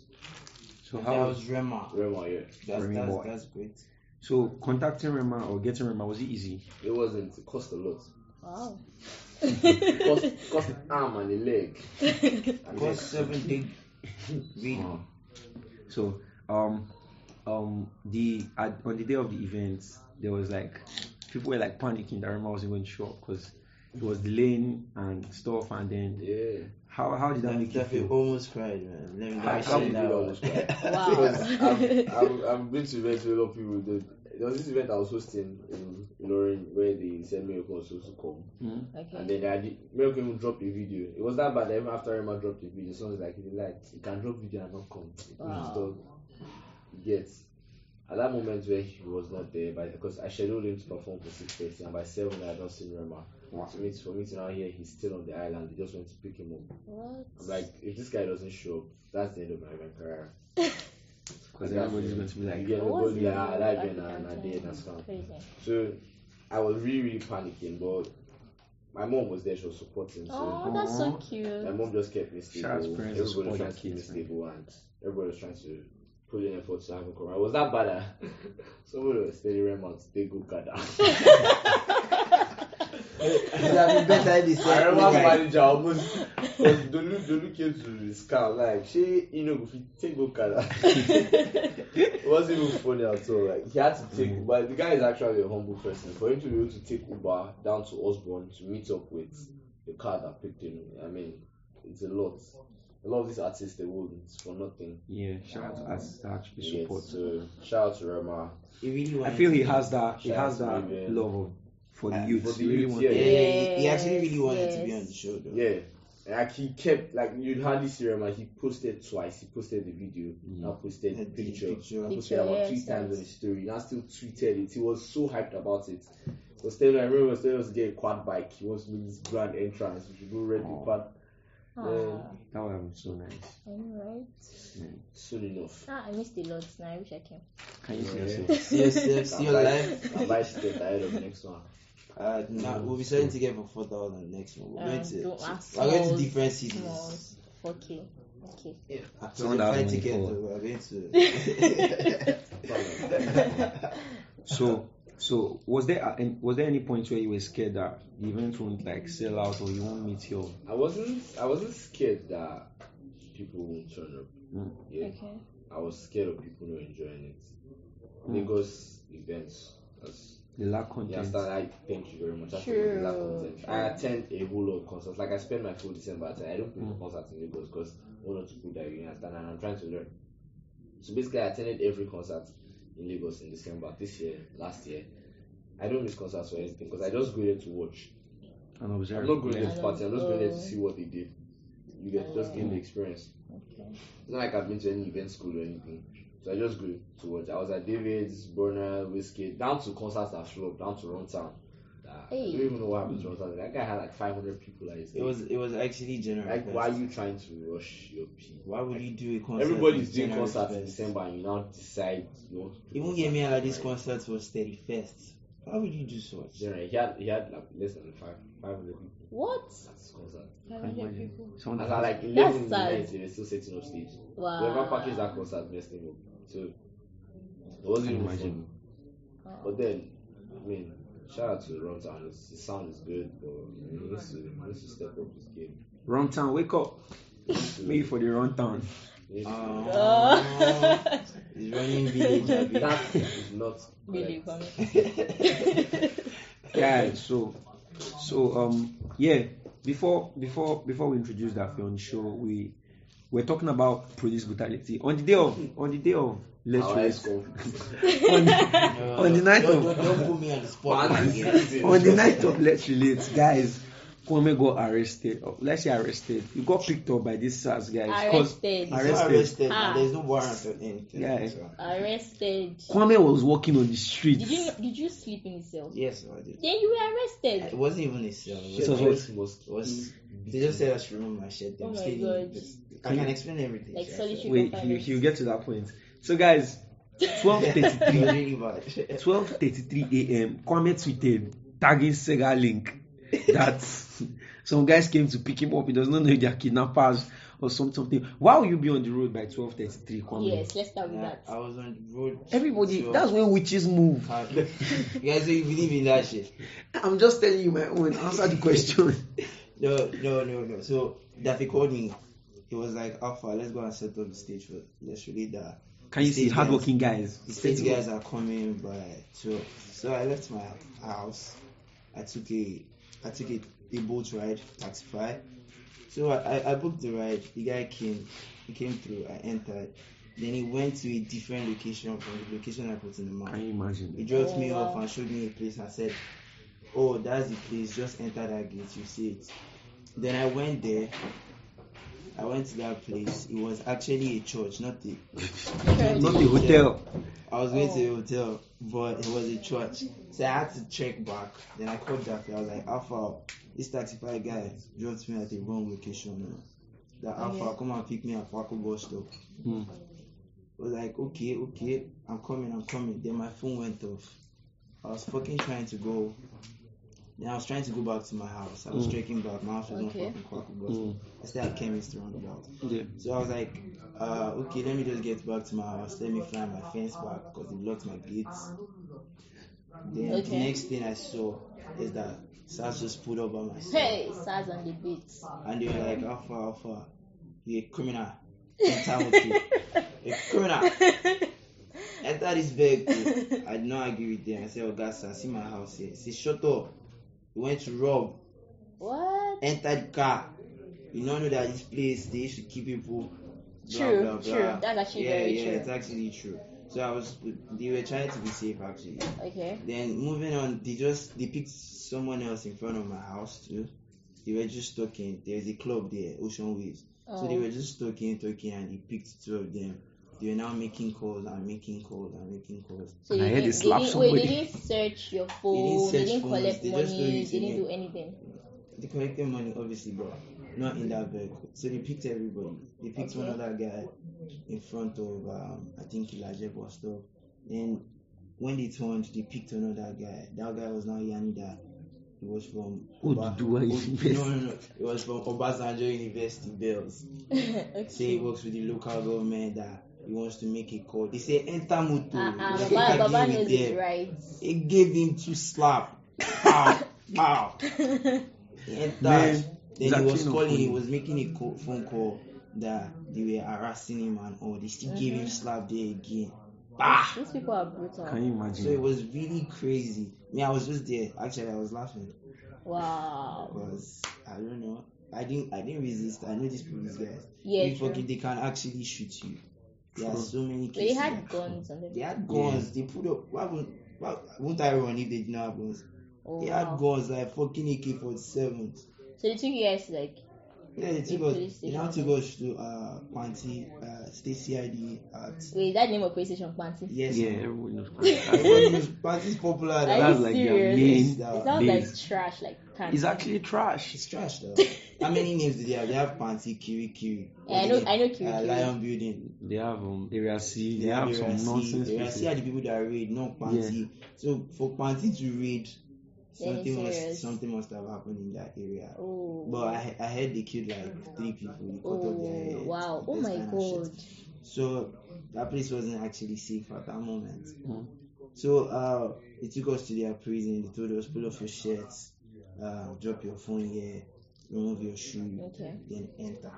[SPEAKER 1] So
[SPEAKER 3] That
[SPEAKER 1] how
[SPEAKER 3] was Rema.
[SPEAKER 4] Rema, yeah.
[SPEAKER 3] That's,
[SPEAKER 1] Remy
[SPEAKER 3] that's,
[SPEAKER 1] boy.
[SPEAKER 3] that's great.
[SPEAKER 1] so contacting Rema or getting Rema was it easy?
[SPEAKER 4] It wasn't. It cost a lot.
[SPEAKER 2] Wow.
[SPEAKER 4] It cost, cost an arm and a leg. And
[SPEAKER 3] It was
[SPEAKER 4] legs.
[SPEAKER 3] seven day read.
[SPEAKER 1] Wow. So um um the at, on the day of the event there was like people were like panicking that Rema wasn't going to show up because it was delaying and stuff and then
[SPEAKER 4] Yeah.
[SPEAKER 1] how how did that make you
[SPEAKER 3] Definitely
[SPEAKER 1] feel?
[SPEAKER 3] almost cried, man. Let me
[SPEAKER 4] I
[SPEAKER 3] let me
[SPEAKER 4] actually
[SPEAKER 3] say that
[SPEAKER 4] did
[SPEAKER 3] one.
[SPEAKER 4] almost cry.
[SPEAKER 2] Wow.
[SPEAKER 4] Because I've, I've, I've been to events where a lot of people did. There was this event I was hosting in Lorraine where they said Miracle was supposed to come. And
[SPEAKER 2] Okay.
[SPEAKER 4] then I did, Miracle even dropped a video. It was that bad that even after Emma dropped a video, someone was like, he like, you can drop video and not come. It was
[SPEAKER 2] Wow.
[SPEAKER 4] done. You get. At that moment where he was not there, but because I scheduled him to perform for 6.30 and by 7 I had not seen Rema.
[SPEAKER 1] Wow.
[SPEAKER 4] So it's for me to now hear he's still on the island, they just went to pick him up.
[SPEAKER 2] What?
[SPEAKER 4] I'm like, if this guy doesn't show up, that's the end of my event career.
[SPEAKER 1] Because everybody's going to be like
[SPEAKER 4] you get
[SPEAKER 2] What was
[SPEAKER 4] everybody,
[SPEAKER 2] the
[SPEAKER 4] ah,
[SPEAKER 2] name
[SPEAKER 4] that
[SPEAKER 2] of
[SPEAKER 4] guy
[SPEAKER 2] the
[SPEAKER 4] nah, nah,
[SPEAKER 2] campaign?
[SPEAKER 4] there, that's fine.
[SPEAKER 2] Crazy.
[SPEAKER 4] So I was really, really panicking, but my mom was there, she was supporting. So
[SPEAKER 2] Oh, that's so
[SPEAKER 1] Aw.
[SPEAKER 4] my
[SPEAKER 2] cute.
[SPEAKER 4] mom just kept me stable.
[SPEAKER 1] Shout out to parents who
[SPEAKER 4] Everybody
[SPEAKER 1] support
[SPEAKER 4] was trying
[SPEAKER 1] their
[SPEAKER 4] to keep me
[SPEAKER 1] kids, man.
[SPEAKER 4] stable, and everybody was trying to put in effort to have a career. Was that bad? ah? Somebody was telling them out, they go kada.
[SPEAKER 3] It would have been better if they
[SPEAKER 4] I
[SPEAKER 3] said,
[SPEAKER 4] remember
[SPEAKER 3] "Okay."
[SPEAKER 4] manager almost because Dolu Dolu came to the scam like she you know if you take go kada. it wasn't even funny at all. Like he had to take
[SPEAKER 1] Mm.
[SPEAKER 4] but the guy is actually a humble person. For him to be able to take Uber down to Osborne to meet up with the car that picked him, I mean, it's a lot. A lot of these artists they wouldn't for nothing.
[SPEAKER 1] Yeah, shout out to us that actually
[SPEAKER 4] Yes,
[SPEAKER 1] support.
[SPEAKER 4] so shout out to Rema.
[SPEAKER 3] He really
[SPEAKER 1] I
[SPEAKER 3] wanted
[SPEAKER 1] feel he
[SPEAKER 3] to-
[SPEAKER 1] has that he
[SPEAKER 4] Shout out
[SPEAKER 1] has
[SPEAKER 4] to
[SPEAKER 1] that
[SPEAKER 4] Vivian.
[SPEAKER 1] love of, for the
[SPEAKER 3] Uh,
[SPEAKER 1] youth.
[SPEAKER 4] for the
[SPEAKER 1] He really
[SPEAKER 4] youth,
[SPEAKER 1] wants
[SPEAKER 4] yeah.
[SPEAKER 3] Yeah,
[SPEAKER 1] to-
[SPEAKER 3] yeah, he actually really wanted to be
[SPEAKER 2] Yes.
[SPEAKER 3] on the show, though.
[SPEAKER 4] Yeah. And, Like he kept like you'd hardly see Rema, he posted twice, he posted the video,
[SPEAKER 1] Mm.
[SPEAKER 4] now posted
[SPEAKER 3] The
[SPEAKER 4] the picture.
[SPEAKER 3] picture.
[SPEAKER 4] I posted about three
[SPEAKER 2] Yes,
[SPEAKER 4] times
[SPEAKER 2] yes.
[SPEAKER 4] on his story. And I still tweeted it. He was so hyped about it. He was telling, I remember he was telling us to get a quad bike. He wants to make this grand entrance. We should go rent the
[SPEAKER 1] Oh.
[SPEAKER 4] quad
[SPEAKER 2] Ah,
[SPEAKER 1] That would have been so nice.
[SPEAKER 2] I know, right?
[SPEAKER 4] soon enough.
[SPEAKER 2] Ah, I missed a lot. Now I wish I came.
[SPEAKER 1] Can you see
[SPEAKER 4] Yeah.
[SPEAKER 1] yourself?
[SPEAKER 3] See yourself, see your life.
[SPEAKER 4] I buy ticket ahead of the next one.
[SPEAKER 3] Uh, nah, we'll be selling tickets for 4,000 next one. We're
[SPEAKER 2] Um,
[SPEAKER 3] going to,
[SPEAKER 2] don't ask
[SPEAKER 3] we're going to
[SPEAKER 2] smalls,
[SPEAKER 3] different cities.
[SPEAKER 2] Smalls. Okay. Okay.
[SPEAKER 3] So
[SPEAKER 1] Someone that has
[SPEAKER 3] find
[SPEAKER 1] money
[SPEAKER 3] tickets,
[SPEAKER 1] for-
[SPEAKER 3] we're going to.
[SPEAKER 1] So so was there a, an- was there any point where you were scared that the event won't like sell out or you won't meet your
[SPEAKER 4] I wasn't I wasn't scared that people won't turn up.
[SPEAKER 1] Mm.
[SPEAKER 4] Yeah.
[SPEAKER 2] Okay.
[SPEAKER 4] I was scared of people not enjoying it.
[SPEAKER 1] Mm.
[SPEAKER 4] Lagos events. That's
[SPEAKER 1] the lack
[SPEAKER 4] Yeah,
[SPEAKER 1] content?
[SPEAKER 4] understand? I thank you very much. I feel the lack of
[SPEAKER 2] True,
[SPEAKER 4] content. I attend a whole lot of concerts. Like I spend my full December. at- I don't play
[SPEAKER 2] Mm.
[SPEAKER 4] the concerts in Lagos because one or two people that you understand, and I'm trying to learn. So basically, I attended every concert in Lagos in December this year, last year. I don't miss concerts or anything because I just go there to watch.
[SPEAKER 1] And observe.
[SPEAKER 4] I'm not going there
[SPEAKER 1] yeah.
[SPEAKER 4] to party. I'm just going there to
[SPEAKER 2] Oh.
[SPEAKER 4] see what they did. You get just gain the experience.
[SPEAKER 2] Okay.
[SPEAKER 4] It's not like I've been to any event school or anything. So I just go to watch. I was at David's, Burner, Whiskey, down to concerts that flopped, down to Run Town. That I
[SPEAKER 2] Hey.
[SPEAKER 4] don't even know what happened to Run Town. That guy had like 500 people at his
[SPEAKER 3] It was it was actually general.
[SPEAKER 4] like,
[SPEAKER 3] first.
[SPEAKER 4] why are you trying to rush your people?
[SPEAKER 3] Why would you do a concert?
[SPEAKER 4] Everybody's
[SPEAKER 3] on
[SPEAKER 4] doing
[SPEAKER 3] January
[SPEAKER 4] concerts in
[SPEAKER 3] first?
[SPEAKER 4] December and you now decide not to. do
[SPEAKER 3] Even
[SPEAKER 4] concerts,
[SPEAKER 3] Yemi Aladi's
[SPEAKER 4] right?
[SPEAKER 3] concert was thirty first. Why would you do such?
[SPEAKER 4] Generally, he had, he had like less than five, 500 people
[SPEAKER 2] What?
[SPEAKER 4] at his concert.
[SPEAKER 1] Someone that
[SPEAKER 4] And at
[SPEAKER 1] has-
[SPEAKER 4] like 11 in the
[SPEAKER 2] Mm-hmm. sad.
[SPEAKER 4] night, they were still setting up stage. Whoever packaged
[SPEAKER 2] Wow.
[SPEAKER 4] that concert messed him up. So, it wasn't even
[SPEAKER 1] Imagine.
[SPEAKER 4] fun. But then, I mean, shout out to Ron Town. His, his sound is good, but he needs to, he needs to step up his game.
[SPEAKER 1] Wrong town, wake up.
[SPEAKER 4] He needs to-
[SPEAKER 1] Me for the Ah. wrong town.
[SPEAKER 4] he needs to-
[SPEAKER 3] Oh. He's running village. Abi.
[SPEAKER 4] That is not
[SPEAKER 2] Really
[SPEAKER 4] correct.
[SPEAKER 2] funny.
[SPEAKER 1] Yeah, so so um yeah, before before before we introduce that on show, we we're talking about police brutality. On the day of on the day of let's
[SPEAKER 4] Our
[SPEAKER 1] race
[SPEAKER 4] ex-conf-
[SPEAKER 1] on the,
[SPEAKER 3] No,
[SPEAKER 1] On the night
[SPEAKER 3] don't,
[SPEAKER 1] of-
[SPEAKER 3] don't, don't put me on the spot
[SPEAKER 4] Party
[SPEAKER 3] again.
[SPEAKER 4] season.
[SPEAKER 1] on the night of let's relate, guys. Kwame got arrested. or Let's say arrested. You got picked up by these SARS guys. 'cause
[SPEAKER 2] Arrested.
[SPEAKER 3] He's not
[SPEAKER 1] Arrested.
[SPEAKER 3] arrested.
[SPEAKER 2] Ah.
[SPEAKER 3] There's no warrant or anything.
[SPEAKER 1] Yeah.
[SPEAKER 3] So.
[SPEAKER 2] Arrested.
[SPEAKER 1] Kwame was walking on the
[SPEAKER 2] Did you
[SPEAKER 1] streets.
[SPEAKER 2] did you sleep in the cell?
[SPEAKER 3] Yes, I did.
[SPEAKER 2] Then you were
[SPEAKER 3] It
[SPEAKER 2] arrested.
[SPEAKER 3] wasn't even a cell. It was,
[SPEAKER 1] So
[SPEAKER 3] it
[SPEAKER 1] what-
[SPEAKER 3] was,
[SPEAKER 4] Christmas.
[SPEAKER 3] they just said I should remove my shirt. They
[SPEAKER 2] Oh
[SPEAKER 3] were
[SPEAKER 2] my
[SPEAKER 3] saying-
[SPEAKER 2] God.
[SPEAKER 3] I can explain everything.
[SPEAKER 2] Like
[SPEAKER 3] sure,
[SPEAKER 2] solitary
[SPEAKER 3] sure.
[SPEAKER 1] Wait, he, he'll get to that point. So guys, twelve thirty
[SPEAKER 3] It was
[SPEAKER 1] three
[SPEAKER 3] really bad.
[SPEAKER 1] 12:33 a.m. Kwame tweeted tagging Sega Link that some guys came to pick him up. He does not know if they are kidnappers or some- something. Why will you be on the road by 12:33, Kwame?
[SPEAKER 2] Yes, let's start with
[SPEAKER 3] Yeah,
[SPEAKER 2] that.
[SPEAKER 3] I was on the road.
[SPEAKER 1] Everybody,
[SPEAKER 3] to-
[SPEAKER 1] that's when witches move.
[SPEAKER 3] Okay. You guys don't believe in that shit.
[SPEAKER 1] I'm just telling you my own. Answer the question.
[SPEAKER 3] No, no, no, no. So Daffy called me. He was like, Alpha, let's go and set up the stage for let's relate that.
[SPEAKER 1] Can you see
[SPEAKER 3] Stage
[SPEAKER 1] hardworking guys?
[SPEAKER 3] The stage guys are coming by twelve. So I left my house. I took a I took a, a boat ride, taxify. So I, I, I booked the ride. The guy came he came through, I entered. Then he went to a different location from the location I put in the map.
[SPEAKER 1] Can you
[SPEAKER 3] He
[SPEAKER 1] imagine?
[SPEAKER 3] dropped
[SPEAKER 2] Oh,
[SPEAKER 3] me
[SPEAKER 2] wow.
[SPEAKER 3] off and showed me a place and said, Oh, that's the place, just enter that gate, you see it. Then I went there. I went to that place. It was actually a church, not the
[SPEAKER 1] Not the hotel.
[SPEAKER 3] I was going to
[SPEAKER 2] Oh.
[SPEAKER 3] a hotel, but it was a church. So I had to check back. Then I called Daffy. I was like, Alpha, this taxify guy dropped me at the wrong location now. That Alpha, come and pick me at Paco bus stop.
[SPEAKER 1] Hmm.
[SPEAKER 3] I was like, okay, okay, I'm coming, I'm coming. Then my phone went off. I was fucking trying to go. Then I was trying to go back to my house. I was
[SPEAKER 1] Mm.
[SPEAKER 3] trekking back. My house was
[SPEAKER 2] Okay.
[SPEAKER 3] not fucking Kwaku bus.
[SPEAKER 1] Hmm.
[SPEAKER 3] I stayed at Chemist roundabout.
[SPEAKER 1] Yeah.
[SPEAKER 3] So I was like, uh, okay, let me just get back to my house. Let me fly my fence back because they blocked my gates. Then the
[SPEAKER 2] Okay.
[SPEAKER 3] next thing I saw is that SAS just pulled up by myself.
[SPEAKER 2] Hey, Saz on the beats.
[SPEAKER 3] And they were like, Alpha, Alpha, you're a criminal. Enter with you. You're a criminal. Enter this bag. too." I did not agree with them. I said, Oh, God, sir, see my house here. Say, shut up. You went to rob.
[SPEAKER 2] What?
[SPEAKER 3] Enter the car. You don't know that this place, they used to keep people. Blah,
[SPEAKER 2] True,
[SPEAKER 3] blah,
[SPEAKER 2] true.
[SPEAKER 3] blah.
[SPEAKER 2] That's actually
[SPEAKER 3] yeah,
[SPEAKER 2] very
[SPEAKER 3] yeah,
[SPEAKER 2] true.
[SPEAKER 3] it's actually true. So I was, they were trying to be safe actually.
[SPEAKER 2] Okay.
[SPEAKER 3] Then moving on, they just they picked someone else in front of my house too. They were just talking. There's a club there, Ocean Waves. So they
[SPEAKER 2] Oh.
[SPEAKER 3] were just talking, talking, and they picked two of them. They were now making calls and making calls and making calls.
[SPEAKER 2] So
[SPEAKER 1] And I
[SPEAKER 2] you
[SPEAKER 1] heard they
[SPEAKER 2] didn't, they
[SPEAKER 1] slapped
[SPEAKER 2] didn't, wait,
[SPEAKER 1] somebody.
[SPEAKER 2] they didn't search your phone,
[SPEAKER 3] search
[SPEAKER 2] they didn't
[SPEAKER 3] phones,
[SPEAKER 2] collect
[SPEAKER 3] they just don't
[SPEAKER 2] money,
[SPEAKER 3] use
[SPEAKER 2] they
[SPEAKER 3] it.
[SPEAKER 2] didn't do anything.
[SPEAKER 3] They collected money, obviously, but not in that vehicle. So they picked everybody. They picked one
[SPEAKER 2] Okay.
[SPEAKER 3] other guy in front of, um, I think, Ilaje bus stop. Then when they turned, they picked another guy. That guy was now Yanida. He was from.
[SPEAKER 1] Who
[SPEAKER 3] Oba-
[SPEAKER 1] do I
[SPEAKER 3] Ob-
[SPEAKER 1] invest?
[SPEAKER 3] No, no, no. He was from Obasanjo University, Bells. Say he
[SPEAKER 2] okay.
[SPEAKER 3] works with the local government that he wants to make a call. They say enter moto.
[SPEAKER 2] Uh-uh,
[SPEAKER 3] He was
[SPEAKER 2] Baba, Baba
[SPEAKER 3] arguing
[SPEAKER 2] knows
[SPEAKER 3] with
[SPEAKER 2] his
[SPEAKER 3] them.
[SPEAKER 2] rights.
[SPEAKER 3] He gave him two slap. Pow, pow. He entered.
[SPEAKER 1] Man, it's
[SPEAKER 3] then he was
[SPEAKER 1] actually not
[SPEAKER 3] calling. He
[SPEAKER 1] funny.
[SPEAKER 3] was making a co- phone call that they were harassing him and all. They still gave
[SPEAKER 2] Mm-hmm.
[SPEAKER 3] him slap there again. Bah.
[SPEAKER 2] These people are brutal.
[SPEAKER 1] Can you
[SPEAKER 3] So it
[SPEAKER 1] imagine?
[SPEAKER 3] was really crazy. Me, I was just there. Actually, I was laughing
[SPEAKER 2] Wow.
[SPEAKER 3] because I don't know. I didn't. I didn't resist. I know these police guys.
[SPEAKER 2] Yeah,
[SPEAKER 3] They
[SPEAKER 2] true.
[SPEAKER 3] fucking- they can actually shoot you. There are
[SPEAKER 1] True.
[SPEAKER 3] so many
[SPEAKER 2] But they
[SPEAKER 3] cases.
[SPEAKER 2] had
[SPEAKER 3] that-
[SPEAKER 2] guns on them.
[SPEAKER 3] They had guns. They put up. Why would why won't I run if they did not have guns?
[SPEAKER 2] Oh,
[SPEAKER 3] They had
[SPEAKER 2] wow.
[SPEAKER 3] guns like fucking AK 47s.
[SPEAKER 2] So the two guys like
[SPEAKER 3] Yeah, they took
[SPEAKER 2] the police
[SPEAKER 3] us. They now
[SPEAKER 2] station.
[SPEAKER 3] took us to uh, Kwanti uh, State CID at
[SPEAKER 2] Wait, is that name of police station Kwanti?
[SPEAKER 3] yes.
[SPEAKER 1] Yeah, everyone knows Kwanti.
[SPEAKER 3] Everyone knows Kwanti's popular.
[SPEAKER 2] Are
[SPEAKER 1] That's
[SPEAKER 2] you
[SPEAKER 1] like their
[SPEAKER 2] serious?
[SPEAKER 1] main.
[SPEAKER 2] It
[SPEAKER 3] That-
[SPEAKER 2] sounds like
[SPEAKER 1] Please.
[SPEAKER 2] trash, like Kwanti.
[SPEAKER 1] It's actually trash.
[SPEAKER 3] It's trash though. How many names do they have? They have Panty, Kiri Kiri.
[SPEAKER 2] Yeah, I know- I know Kirikiri.
[SPEAKER 3] Uh, Lion Building.
[SPEAKER 1] They have um, area C. They, have, some
[SPEAKER 3] Irasi.
[SPEAKER 1] nonsense.
[SPEAKER 3] Irasi
[SPEAKER 1] people.
[SPEAKER 3] are the people that raid, not Panty. So for Panty to raid,
[SPEAKER 2] Then it's
[SPEAKER 3] something
[SPEAKER 2] serious.
[SPEAKER 3] must something must have happened in that area.
[SPEAKER 2] Oh.
[SPEAKER 3] But I, I heard they killed like three people. They cut off their
[SPEAKER 2] Oh
[SPEAKER 3] heads,
[SPEAKER 2] wow! Oh
[SPEAKER 3] this
[SPEAKER 2] my
[SPEAKER 3] kind of shit.
[SPEAKER 2] god!
[SPEAKER 3] So that place wasn't actually safe at that moment.
[SPEAKER 2] Hmm.
[SPEAKER 1] Mm.
[SPEAKER 3] So uh, they took us to their prison. They told us pull off your shirts, uh, drop your phone here, remove your shoe,
[SPEAKER 2] Okay.
[SPEAKER 3] then enter.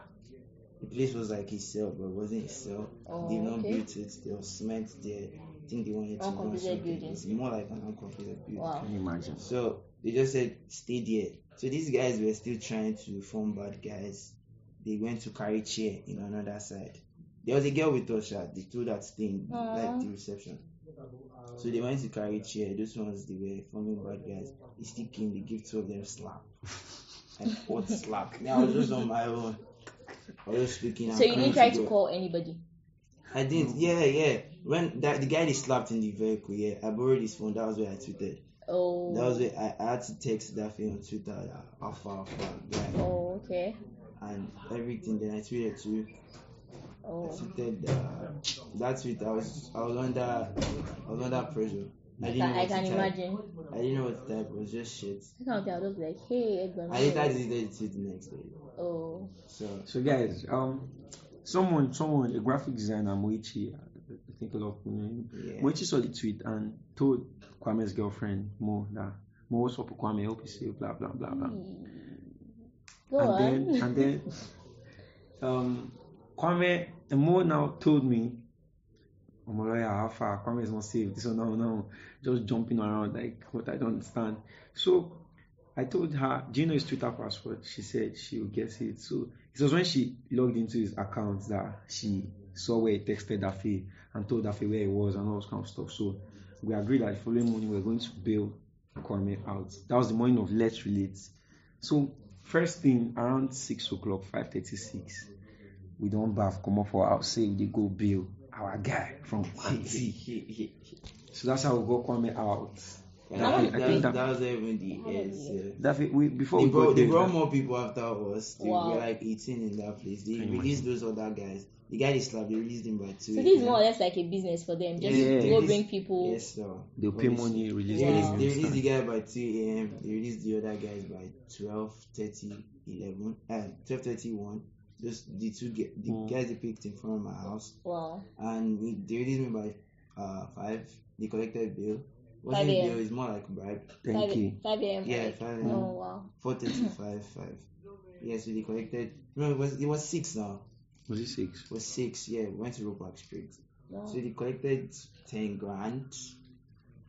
[SPEAKER 3] The place was like a cell, but it wasn't a cell.
[SPEAKER 2] Oh,
[SPEAKER 3] they not
[SPEAKER 2] okay.
[SPEAKER 3] built it. There was cement there. I think they wanted to run
[SPEAKER 2] Uncompleted
[SPEAKER 3] something.
[SPEAKER 2] building.
[SPEAKER 3] It's more like an uncompleted building.
[SPEAKER 2] Wow.
[SPEAKER 1] Can you imagine?
[SPEAKER 3] So they just said stay there. So these guys were still trying to form bad guys. They went to carry chair in another side. There was a girl with us, sha. they told that thing
[SPEAKER 2] Aw.
[SPEAKER 3] like the reception. So they went to carry chair. Those ones they were forming bad guys. He still came, they gave two of them slap. Like what slap? Now I was just on my own. I was just looking at
[SPEAKER 2] So you didn't try to
[SPEAKER 3] God.
[SPEAKER 2] call anybody.
[SPEAKER 3] I didn't, yeah, yeah. When that the guy they slapped in the vehicle, yeah, I borrowed his phone, that was where I tweeted.
[SPEAKER 2] Oh.
[SPEAKER 3] That was it. I, I had to text that thing on Twitter, that alpha, alpha, guy,
[SPEAKER 2] Oh okay.
[SPEAKER 3] and everything. Then I tweeted too. I
[SPEAKER 2] Oh.
[SPEAKER 3] tweeted uh, that tweet. I was I was under I was under pressure. I
[SPEAKER 2] I can,
[SPEAKER 3] didn't know
[SPEAKER 2] I
[SPEAKER 3] what
[SPEAKER 2] can
[SPEAKER 3] to type.
[SPEAKER 2] imagine.
[SPEAKER 3] I didn't know what to type. It was just shit.
[SPEAKER 2] I can't tell. I was like, hey, Edgar.
[SPEAKER 3] I later deleted the tweet the next day.
[SPEAKER 2] Oh.
[SPEAKER 3] So
[SPEAKER 1] So guys, um, someone, someone, a graphic designer, Moichi, I think a lot of people know him.
[SPEAKER 3] yeah,
[SPEAKER 1] Moichi saw the tweet and told Kwame's girlfriend Mo that Mo what's up with Kwame? Hope you see blah blah blah
[SPEAKER 2] Hmm,
[SPEAKER 1] blah.
[SPEAKER 2] Go
[SPEAKER 1] and
[SPEAKER 2] on.
[SPEAKER 1] then and then um Kwame and Mo now told me "Oh Omoloya Alpha, Kwame is not safe, this one now now just jumping around like what I don't understand. So I told her, Do you know his Twitter password? She said she will guess it. So it was when she logged into his account that she saw where he texted Daffy and told Daffy where he was and all those kind of stuff. So we agreed that the following morning we were going to bail Kwame out. That was the morning of Let's Relate. So first thing around six o'clock, five thirty-six, we don't bath, come up for our say we dey go bail our guy from Kwanti. So that's how we got Kwame out.
[SPEAKER 3] and
[SPEAKER 2] I
[SPEAKER 3] I think
[SPEAKER 2] wanna
[SPEAKER 3] that,
[SPEAKER 1] think that-
[SPEAKER 3] that, was even the end. So.
[SPEAKER 1] That we, we before
[SPEAKER 3] They
[SPEAKER 1] we
[SPEAKER 3] brought,
[SPEAKER 1] got
[SPEAKER 3] they
[SPEAKER 1] there,
[SPEAKER 3] brought more people after us. They
[SPEAKER 2] Wow.
[SPEAKER 3] were like 18 in that place. They
[SPEAKER 1] Can you
[SPEAKER 3] released those other guys. The guy they slapped, they released him by two.
[SPEAKER 2] so this is
[SPEAKER 3] Yeah.
[SPEAKER 2] more or less like a business for them. Just
[SPEAKER 1] Yeah.
[SPEAKER 2] go
[SPEAKER 3] Yes.
[SPEAKER 2] bring people.
[SPEAKER 3] Yes, sir.
[SPEAKER 1] they'll pay
[SPEAKER 3] Obviously.
[SPEAKER 1] money, release
[SPEAKER 3] They
[SPEAKER 2] Wow.
[SPEAKER 1] them,
[SPEAKER 3] released, they
[SPEAKER 1] you
[SPEAKER 3] released the
[SPEAKER 1] understand?
[SPEAKER 3] guy by 2 a.m. They released the other guys by 12, 11, uh, 12, Those, the two ge- the
[SPEAKER 1] Mm.
[SPEAKER 3] guys they picked in front of my house.
[SPEAKER 2] Wow.
[SPEAKER 3] And we, they released me by uh, 5. They collected bill. What's
[SPEAKER 2] 5
[SPEAKER 3] the
[SPEAKER 2] a.m.
[SPEAKER 3] bill? It's more like bribe.
[SPEAKER 1] Thank
[SPEAKER 2] Five-
[SPEAKER 1] you.
[SPEAKER 2] Five a.m.
[SPEAKER 3] Yeah,
[SPEAKER 2] like-
[SPEAKER 3] 5
[SPEAKER 2] Oh
[SPEAKER 3] a.m.
[SPEAKER 2] wow.
[SPEAKER 3] 4.35, 5. Yeah, so they collected. No, it was, it was 6 now.
[SPEAKER 1] Was it six?
[SPEAKER 3] It was 6. Yeah, we went to Roebuck Street.
[SPEAKER 2] Wow.
[SPEAKER 3] So they collected 10 grand.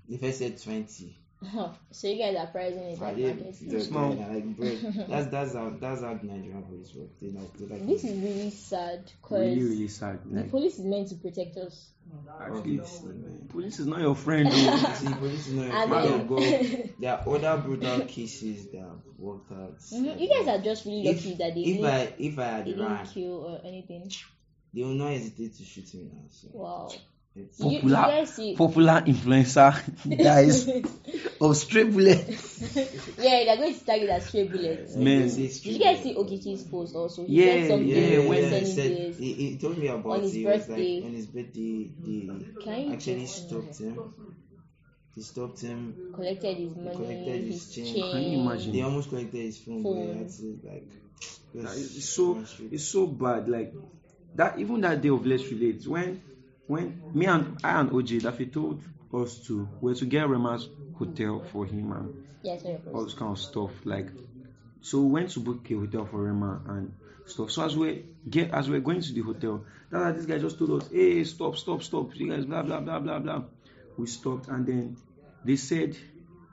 [SPEAKER 3] The first said 20.
[SPEAKER 2] so you guys are pricing it like
[SPEAKER 3] Friday,
[SPEAKER 2] market.
[SPEAKER 3] the-
[SPEAKER 1] Small.
[SPEAKER 3] yeah, like bread. That's that's how that's how Nigerian police work. They like they like
[SPEAKER 2] This is really sad because
[SPEAKER 1] Really, really sad.
[SPEAKER 2] the
[SPEAKER 1] Like,
[SPEAKER 2] police is meant to protect us.
[SPEAKER 1] actually,
[SPEAKER 3] obviously, man.
[SPEAKER 1] police is not your friend. oh.
[SPEAKER 3] See, police know
[SPEAKER 2] And
[SPEAKER 1] man
[SPEAKER 2] then-
[SPEAKER 1] of
[SPEAKER 3] There are other brutal cases that have worked out.
[SPEAKER 2] Mhm. You guys are just really
[SPEAKER 3] If-
[SPEAKER 2] lucky that they
[SPEAKER 3] If
[SPEAKER 2] didn't,
[SPEAKER 3] I if I
[SPEAKER 2] they
[SPEAKER 3] had
[SPEAKER 2] didn't
[SPEAKER 3] run,
[SPEAKER 2] kill or anything.
[SPEAKER 3] they will not hesitate to shoot me now. So
[SPEAKER 2] Wow.
[SPEAKER 3] it's
[SPEAKER 2] You, you
[SPEAKER 1] Popular-
[SPEAKER 2] guys see.
[SPEAKER 1] Popular influencer guys of straight bullet.
[SPEAKER 2] yeah, they're going to target as stray bullets.
[SPEAKER 1] Man.
[SPEAKER 3] it's a
[SPEAKER 2] Did
[SPEAKER 3] street
[SPEAKER 2] you guys
[SPEAKER 3] war.
[SPEAKER 2] see Okichi's post also?
[SPEAKER 1] Yeah,
[SPEAKER 2] said something
[SPEAKER 3] Yeah,
[SPEAKER 1] Yeah,
[SPEAKER 3] yeah,
[SPEAKER 2] on
[SPEAKER 1] when
[SPEAKER 3] when he
[SPEAKER 2] certain
[SPEAKER 3] said
[SPEAKER 2] days.
[SPEAKER 3] he, he told me about
[SPEAKER 2] his
[SPEAKER 3] it, it was
[SPEAKER 2] birthday.
[SPEAKER 3] like on his birthday they
[SPEAKER 2] Can you
[SPEAKER 3] actually
[SPEAKER 2] just-
[SPEAKER 3] stopped him. They stopped him
[SPEAKER 2] collected his money,
[SPEAKER 3] collected his
[SPEAKER 2] his
[SPEAKER 3] chain.
[SPEAKER 2] chain.
[SPEAKER 1] Can you imagine?
[SPEAKER 3] They almost collected his phone, but
[SPEAKER 2] Phone.
[SPEAKER 3] he had to like.
[SPEAKER 1] Nah,
[SPEAKER 3] just
[SPEAKER 1] it's so
[SPEAKER 3] run straight.
[SPEAKER 1] it's so bad. Like that even that day of Let's Relate, when when me and I and OJ Daffy told us to were to get Rema's hotel for him and
[SPEAKER 2] Yeah, sorry, post.
[SPEAKER 1] all this kind of stuff. Like so we went to book a hotel for Rema and stuff. So as we get as we're going to the hotel, that that this guy just told us, Hey, stop, stop, stop, you guys, blah blah blah blah blah. We stopped and then they said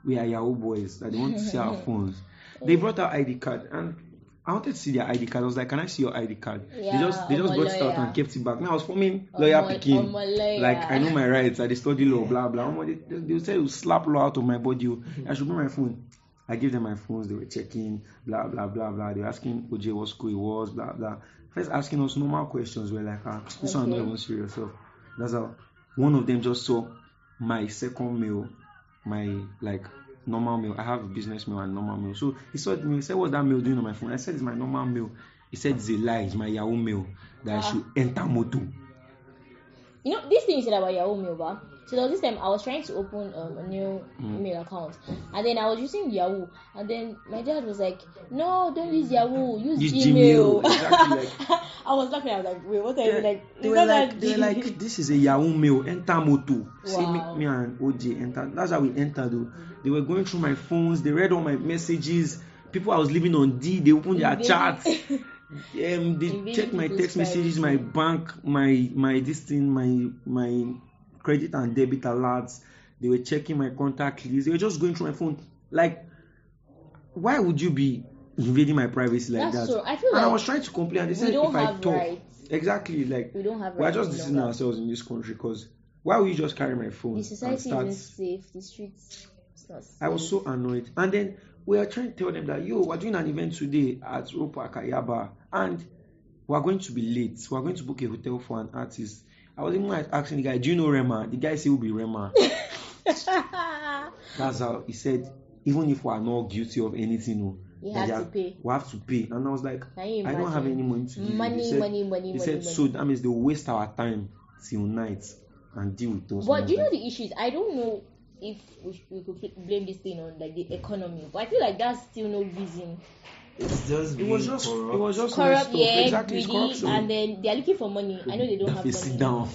[SPEAKER 1] we are Yahoo boys that they want to see our phones. They brought our ID card and I wanted to see their ID card. I was like, "Can I see your ID card?" they
[SPEAKER 2] Yeah,
[SPEAKER 1] just they
[SPEAKER 2] I'm
[SPEAKER 1] just
[SPEAKER 2] a
[SPEAKER 1] brought it out
[SPEAKER 2] lawyer.
[SPEAKER 1] and kept it back. Now I was forming
[SPEAKER 2] I'm
[SPEAKER 1] lawyer
[SPEAKER 2] a-
[SPEAKER 1] picking.
[SPEAKER 2] I'm a lawyer.
[SPEAKER 1] Like I know my rights. I dey study law. Blah blah. Omo, They, they, they will say you slap law out of my body. oh. I should bring my phone. I I gave them my phones. They were checking, blah blah blah blah. They were asking OJ what school he was, blah blah. First asking us normal questions. We are like, ah, this one not
[SPEAKER 2] Okay.
[SPEAKER 1] even serious. So that's how one of them just saw my second meal, my like normal meal. I have business meal and normal meal. So he saw the meal. He said, "What's that meal doing on my phone?" I said, "It's my normal meal." He said, "It's a lie. It's my Yahoo meal that I
[SPEAKER 2] Ah.
[SPEAKER 1] should enter moto."
[SPEAKER 2] You know, this thing you said about Yahoo Mail, ba? So there was this time I was trying to open um, a new
[SPEAKER 1] Mm.
[SPEAKER 2] email account, and then I was using Yahoo, and then my dad was like, "No, don't use Yahoo, use,
[SPEAKER 1] Use
[SPEAKER 2] Gmail."
[SPEAKER 1] Gmail, exactly, like-
[SPEAKER 2] I was laughing. I was like, "Wait, what are you like?"
[SPEAKER 1] they
[SPEAKER 2] it's
[SPEAKER 1] were
[SPEAKER 2] not that
[SPEAKER 1] like, they were
[SPEAKER 2] deep."
[SPEAKER 1] like, this is a Yahoo mail, enter moto. See me,
[SPEAKER 2] Wow.
[SPEAKER 1] me and OJ enter. That's how we entered. Though. They were going through my phones. They read all my messages. People I was living on D, they opened their
[SPEAKER 2] Invading-
[SPEAKER 1] chats. Um, they
[SPEAKER 2] Invading
[SPEAKER 1] checked my
[SPEAKER 2] people's
[SPEAKER 1] text messages, my
[SPEAKER 2] privacy.
[SPEAKER 1] bank, my my this thing, my my credit and debit alerts. They were checking my contact list. They were just going through my phone. Like, why would you be invading my privacy like
[SPEAKER 2] That's
[SPEAKER 1] that?
[SPEAKER 2] true. I feel
[SPEAKER 1] and I
[SPEAKER 2] like
[SPEAKER 1] was trying to complain. And they
[SPEAKER 2] we
[SPEAKER 1] said,
[SPEAKER 2] don't
[SPEAKER 1] if I
[SPEAKER 2] have
[SPEAKER 1] talk,
[SPEAKER 2] rights.
[SPEAKER 1] exactly like
[SPEAKER 2] we don't have.
[SPEAKER 1] we are
[SPEAKER 2] rights
[SPEAKER 1] just
[SPEAKER 2] any
[SPEAKER 1] deceiving
[SPEAKER 2] longer.
[SPEAKER 1] ourselves in this country because why will you just carry my phone
[SPEAKER 2] The
[SPEAKER 1] and
[SPEAKER 2] society
[SPEAKER 1] start-
[SPEAKER 2] isn't safe. The streets. It's not safe.
[SPEAKER 1] I was so annoyed. And then we are trying to tell them that yo, we're doing an event today at Ropa Kayaba and we're going to be late. We're going to book a hotel for an artist. I was even like asking the guy, Do you know Rema? The guy said will be Rema. That's how he said, even if we are not guilty of anything, no,
[SPEAKER 2] you
[SPEAKER 1] that
[SPEAKER 2] have
[SPEAKER 1] they
[SPEAKER 2] to
[SPEAKER 1] are-
[SPEAKER 2] pay.
[SPEAKER 1] we have to pay. And I was like,
[SPEAKER 2] Can you
[SPEAKER 1] I
[SPEAKER 2] imagine?
[SPEAKER 1] don't have any money to give you. They
[SPEAKER 2] money,
[SPEAKER 1] said-
[SPEAKER 2] money, money,
[SPEAKER 1] He
[SPEAKER 2] money,
[SPEAKER 1] said,
[SPEAKER 2] money.
[SPEAKER 1] so that means they'll waste our time till night and deal with those.
[SPEAKER 2] But do
[SPEAKER 1] nonsense."
[SPEAKER 2] you know the issue is I don't know if we, sh- we could pl- blame this thing on like the economy, but I feel like that's still no reason.
[SPEAKER 3] It's just
[SPEAKER 1] It
[SPEAKER 3] being
[SPEAKER 1] was just,
[SPEAKER 3] corrupt.
[SPEAKER 1] it was just messed
[SPEAKER 2] Corrupt,
[SPEAKER 1] up.
[SPEAKER 2] yeah,
[SPEAKER 1] exactly, it's
[SPEAKER 2] greedy,
[SPEAKER 1] corruption.
[SPEAKER 2] and then they are looking for money. I know they don't
[SPEAKER 1] That
[SPEAKER 2] have
[SPEAKER 1] they
[SPEAKER 2] money.
[SPEAKER 1] sit down.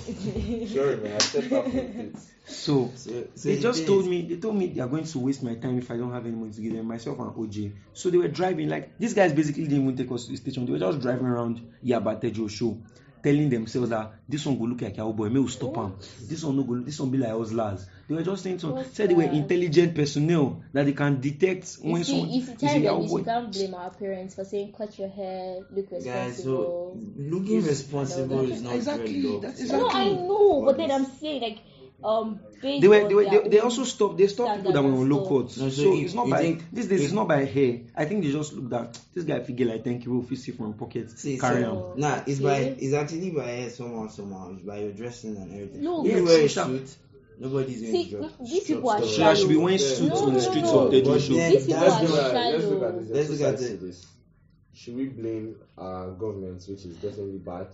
[SPEAKER 4] Sorry, man. I stepped up with it.
[SPEAKER 1] So,
[SPEAKER 3] So, so
[SPEAKER 1] they
[SPEAKER 3] the
[SPEAKER 1] just
[SPEAKER 3] thing
[SPEAKER 1] told
[SPEAKER 3] is-
[SPEAKER 1] me, they told me they are going to waste my time if I don't have any money to give them, myself and OJ. So they were driving, like, these guys basically didn't even take us to the station. They were just driving around Yabatejo show, telling themselves that this one go look like cowboy, may we stop him. This one no go, this one be like hustlers. They were just saying, some,
[SPEAKER 2] What's
[SPEAKER 1] said they were
[SPEAKER 2] that?
[SPEAKER 1] intelligent personnel that they can detect
[SPEAKER 2] You
[SPEAKER 1] when someone
[SPEAKER 2] see, if you
[SPEAKER 1] is a
[SPEAKER 2] tell them this,
[SPEAKER 1] cowboy.
[SPEAKER 2] you can't blame our parents for saying cut your hair, look
[SPEAKER 3] Guys, so
[SPEAKER 2] responsible.
[SPEAKER 3] looking responsible is not
[SPEAKER 1] Exactly,
[SPEAKER 3] very
[SPEAKER 1] that's
[SPEAKER 3] love.
[SPEAKER 2] no,
[SPEAKER 1] exactly-
[SPEAKER 2] I know, but then
[SPEAKER 3] Honest.
[SPEAKER 2] I'm saying like um. based
[SPEAKER 1] they were
[SPEAKER 2] on
[SPEAKER 1] they, were,
[SPEAKER 2] their
[SPEAKER 1] they, they
[SPEAKER 2] own-
[SPEAKER 1] also stopped they stopped people that were on
[SPEAKER 2] standards and
[SPEAKER 1] low
[SPEAKER 2] stuff.
[SPEAKER 1] cuts
[SPEAKER 3] No,
[SPEAKER 1] so,
[SPEAKER 3] so you-
[SPEAKER 1] it's not
[SPEAKER 3] you
[SPEAKER 1] by
[SPEAKER 3] think-
[SPEAKER 1] these days it's
[SPEAKER 3] you-
[SPEAKER 1] not by hair i think they just looked at this guy figure like thank you will fit from pocket
[SPEAKER 3] See,
[SPEAKER 1] carry
[SPEAKER 3] so-
[SPEAKER 1] him
[SPEAKER 2] on.
[SPEAKER 3] Nah, it's
[SPEAKER 2] See?
[SPEAKER 3] by it's actually by hair somehow, somehow. It's by your dressing and everything.
[SPEAKER 2] No,
[SPEAKER 3] if
[SPEAKER 1] yes,
[SPEAKER 3] you wear a
[SPEAKER 1] social-
[SPEAKER 3] suit, nobody's going
[SPEAKER 2] See,
[SPEAKER 3] to drop.
[SPEAKER 2] these people are
[SPEAKER 4] Stop,
[SPEAKER 1] she
[SPEAKER 4] stop.
[SPEAKER 1] I
[SPEAKER 2] shallow.
[SPEAKER 1] should be wearing
[SPEAKER 4] No,
[SPEAKER 1] suits
[SPEAKER 2] no,
[SPEAKER 1] on the
[SPEAKER 2] no,
[SPEAKER 1] streets
[SPEAKER 2] no.
[SPEAKER 1] of Dejo
[SPEAKER 3] But
[SPEAKER 1] show
[SPEAKER 3] then-
[SPEAKER 2] These people
[SPEAKER 3] That's
[SPEAKER 2] are
[SPEAKER 4] Let's look at- let's look at
[SPEAKER 2] shallow.
[SPEAKER 4] this
[SPEAKER 3] Let's look at
[SPEAKER 4] exercise
[SPEAKER 3] it.
[SPEAKER 4] to this. Should we blame our government, which is definitely bad,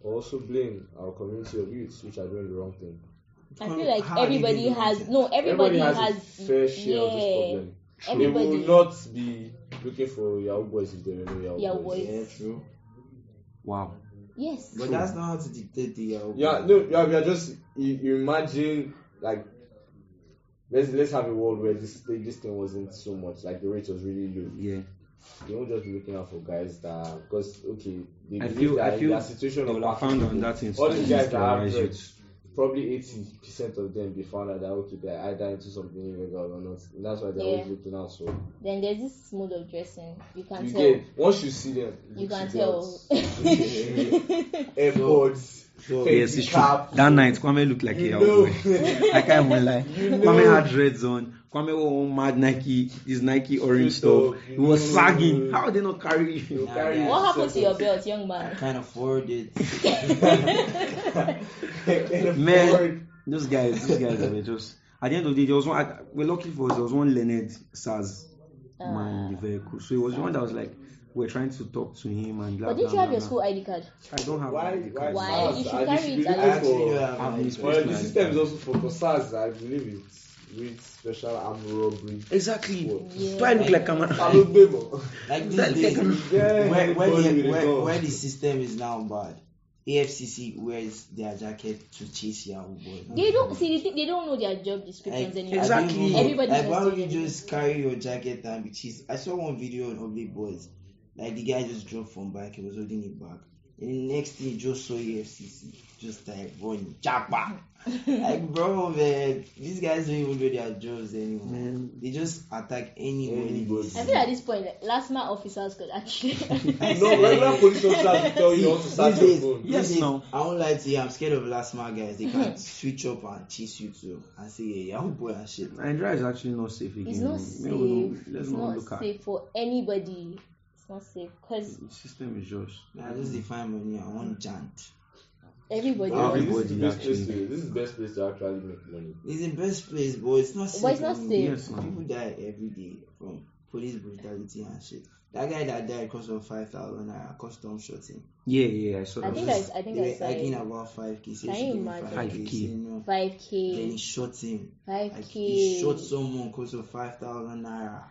[SPEAKER 4] or also blame our community of youths, which are doing the wrong thing?
[SPEAKER 2] I feel like
[SPEAKER 3] How are they
[SPEAKER 2] everybody
[SPEAKER 3] doing
[SPEAKER 2] has
[SPEAKER 3] it?
[SPEAKER 2] no. Everybody,
[SPEAKER 4] has, a fair share of this
[SPEAKER 2] yeah.
[SPEAKER 4] problem. They will
[SPEAKER 2] Everybody.
[SPEAKER 4] not be looking for Yahoo boys if they were no Yahoo,
[SPEAKER 2] Yahoo
[SPEAKER 4] boys.
[SPEAKER 3] Yeah, true.
[SPEAKER 1] wow
[SPEAKER 2] Yes.
[SPEAKER 3] But that's not how to dictate the outcome.
[SPEAKER 4] Yeah, no, yeah, we are just you, you imagine like let's let's have a world where this thing- this thing wasn't so much like the rate was really low.
[SPEAKER 1] yeah
[SPEAKER 4] They won't just be looking out for guys that because okay, they
[SPEAKER 1] I
[SPEAKER 4] believe
[SPEAKER 1] feel-
[SPEAKER 4] that
[SPEAKER 1] I
[SPEAKER 4] in
[SPEAKER 1] feel
[SPEAKER 4] their situation
[SPEAKER 1] they
[SPEAKER 4] of
[SPEAKER 1] will have found on that
[SPEAKER 4] all these guys
[SPEAKER 1] instance
[SPEAKER 4] that have
[SPEAKER 1] you.
[SPEAKER 4] dreads, probably eighty percent of them they found out that okay they're either into something illegal or not. And that's why they're always
[SPEAKER 2] Yeah.
[SPEAKER 4] looking out for.
[SPEAKER 2] Then there's this mode of dressing. You can
[SPEAKER 4] You
[SPEAKER 2] tell.
[SPEAKER 4] get once you see them,
[SPEAKER 2] you can
[SPEAKER 4] see
[SPEAKER 2] tell.
[SPEAKER 4] belts, Airpods,
[SPEAKER 3] So-
[SPEAKER 4] heavy
[SPEAKER 1] yes it's true
[SPEAKER 4] cap,
[SPEAKER 1] that night Kwame looked like a
[SPEAKER 4] you
[SPEAKER 1] cowboy
[SPEAKER 4] know.
[SPEAKER 1] I can't even lie.
[SPEAKER 4] You
[SPEAKER 1] Kwame
[SPEAKER 4] know.
[SPEAKER 1] had dreads on. Kwame wore one mad Nike, this Nike orange
[SPEAKER 4] Still
[SPEAKER 1] stuff.
[SPEAKER 4] stuff.
[SPEAKER 1] He was
[SPEAKER 4] Mm.
[SPEAKER 1] sagging. How did they not carry
[SPEAKER 4] You
[SPEAKER 1] you?
[SPEAKER 3] Nah,
[SPEAKER 4] carry
[SPEAKER 3] yeah.
[SPEAKER 2] what happened to your
[SPEAKER 4] yourself.
[SPEAKER 2] belt, young
[SPEAKER 3] I
[SPEAKER 2] man?
[SPEAKER 3] can't afford it.
[SPEAKER 1] Man, those guys, these guys were just. At the end of the day, there was one. I, well, luckily for us, there was one Leonard Saz
[SPEAKER 2] Ah.
[SPEAKER 1] man in the vehicle. So it was the one that was like, we're trying to talk to him and blah blah.
[SPEAKER 2] But didn't you have
[SPEAKER 1] blah,
[SPEAKER 2] your
[SPEAKER 1] blah.
[SPEAKER 2] school ID card?
[SPEAKER 1] I don't have.
[SPEAKER 4] Why?
[SPEAKER 1] the card.
[SPEAKER 2] Why?
[SPEAKER 4] SARS?
[SPEAKER 2] You should
[SPEAKER 4] And
[SPEAKER 2] carry
[SPEAKER 4] should
[SPEAKER 2] it
[SPEAKER 4] be
[SPEAKER 2] as
[SPEAKER 3] I
[SPEAKER 2] That's
[SPEAKER 3] actually
[SPEAKER 4] looking for-
[SPEAKER 3] do have
[SPEAKER 1] Have
[SPEAKER 3] my-
[SPEAKER 1] this
[SPEAKER 4] Well, the
[SPEAKER 1] Yes,
[SPEAKER 4] system
[SPEAKER 1] man.
[SPEAKER 4] is also for for SARS, I believe it. With special arm robbery. oh.
[SPEAKER 1] Exactly.
[SPEAKER 2] Yeah.
[SPEAKER 1] Do I look like I'm?
[SPEAKER 4] I look bemo.
[SPEAKER 3] Like
[SPEAKER 1] That-
[SPEAKER 3] these days,
[SPEAKER 4] Yeah,
[SPEAKER 3] where, where,
[SPEAKER 4] everybody
[SPEAKER 3] the,
[SPEAKER 4] will
[SPEAKER 3] where,
[SPEAKER 4] go.
[SPEAKER 3] where the system is now bad, AFCC wears their jacket to chase Yahoo boys.
[SPEAKER 2] They don't see. the thing- They don't know their job descriptions
[SPEAKER 3] Like,
[SPEAKER 2] anymore.
[SPEAKER 1] Exactly.
[SPEAKER 2] Everybody
[SPEAKER 3] Like,
[SPEAKER 2] just
[SPEAKER 3] why
[SPEAKER 2] does
[SPEAKER 3] would you
[SPEAKER 2] everything.
[SPEAKER 3] just carry your jacket and be cheese? I saw one video on Oblique Boys. Like, the guy just dropped from bike. He was holding it back. And next day, just saw EFCC. Just like, one japa. like, bro, man, these guys don't even do their jobs anymore.
[SPEAKER 1] Man.
[SPEAKER 3] They just attack anyone.
[SPEAKER 4] Anybody.
[SPEAKER 2] I feel at this point, like, LASMA officers could actually.
[SPEAKER 4] No, regular police officers will tell you not to start your phone.
[SPEAKER 1] Yes,
[SPEAKER 3] These days,
[SPEAKER 1] no.
[SPEAKER 3] I won't lie to you. I'm scared of last man guys. They can switch up and chase you too and say, "Yeah, young boy and shit."
[SPEAKER 1] Nigeria is actually not safe again. oh.
[SPEAKER 2] it's not
[SPEAKER 1] Maybe we
[SPEAKER 2] safe.
[SPEAKER 1] don't- Let's
[SPEAKER 2] It's
[SPEAKER 1] not,
[SPEAKER 2] not
[SPEAKER 1] look
[SPEAKER 2] safe for anybody. It's not safe because
[SPEAKER 1] at the system is just
[SPEAKER 3] I just define money. I want jant.
[SPEAKER 2] everybody.
[SPEAKER 4] Wow,
[SPEAKER 2] wants-
[SPEAKER 4] this is
[SPEAKER 1] Everybody
[SPEAKER 4] the best place
[SPEAKER 1] actually.
[SPEAKER 4] to this is the best place to actually make money.
[SPEAKER 3] It's the best place, but it's not safe.
[SPEAKER 2] But it's not
[SPEAKER 3] anymore.
[SPEAKER 2] safe.
[SPEAKER 1] Yes, man.
[SPEAKER 3] People die every day from police brutality and shit. That guy that died because of five thousand naira custom shooting.
[SPEAKER 1] yeah, yeah. I saw
[SPEAKER 2] I
[SPEAKER 1] that.
[SPEAKER 2] think that's. I
[SPEAKER 3] They
[SPEAKER 2] think
[SPEAKER 3] were
[SPEAKER 2] that's
[SPEAKER 3] arguing
[SPEAKER 2] like
[SPEAKER 3] about five cases.
[SPEAKER 2] Can you imagine?
[SPEAKER 3] Five
[SPEAKER 1] Five
[SPEAKER 3] cases.
[SPEAKER 1] K.
[SPEAKER 3] No.
[SPEAKER 2] five
[SPEAKER 3] Then he
[SPEAKER 2] k,
[SPEAKER 3] shot him.
[SPEAKER 2] five
[SPEAKER 3] Like he
[SPEAKER 2] k.
[SPEAKER 3] shot someone because of five thousand naira.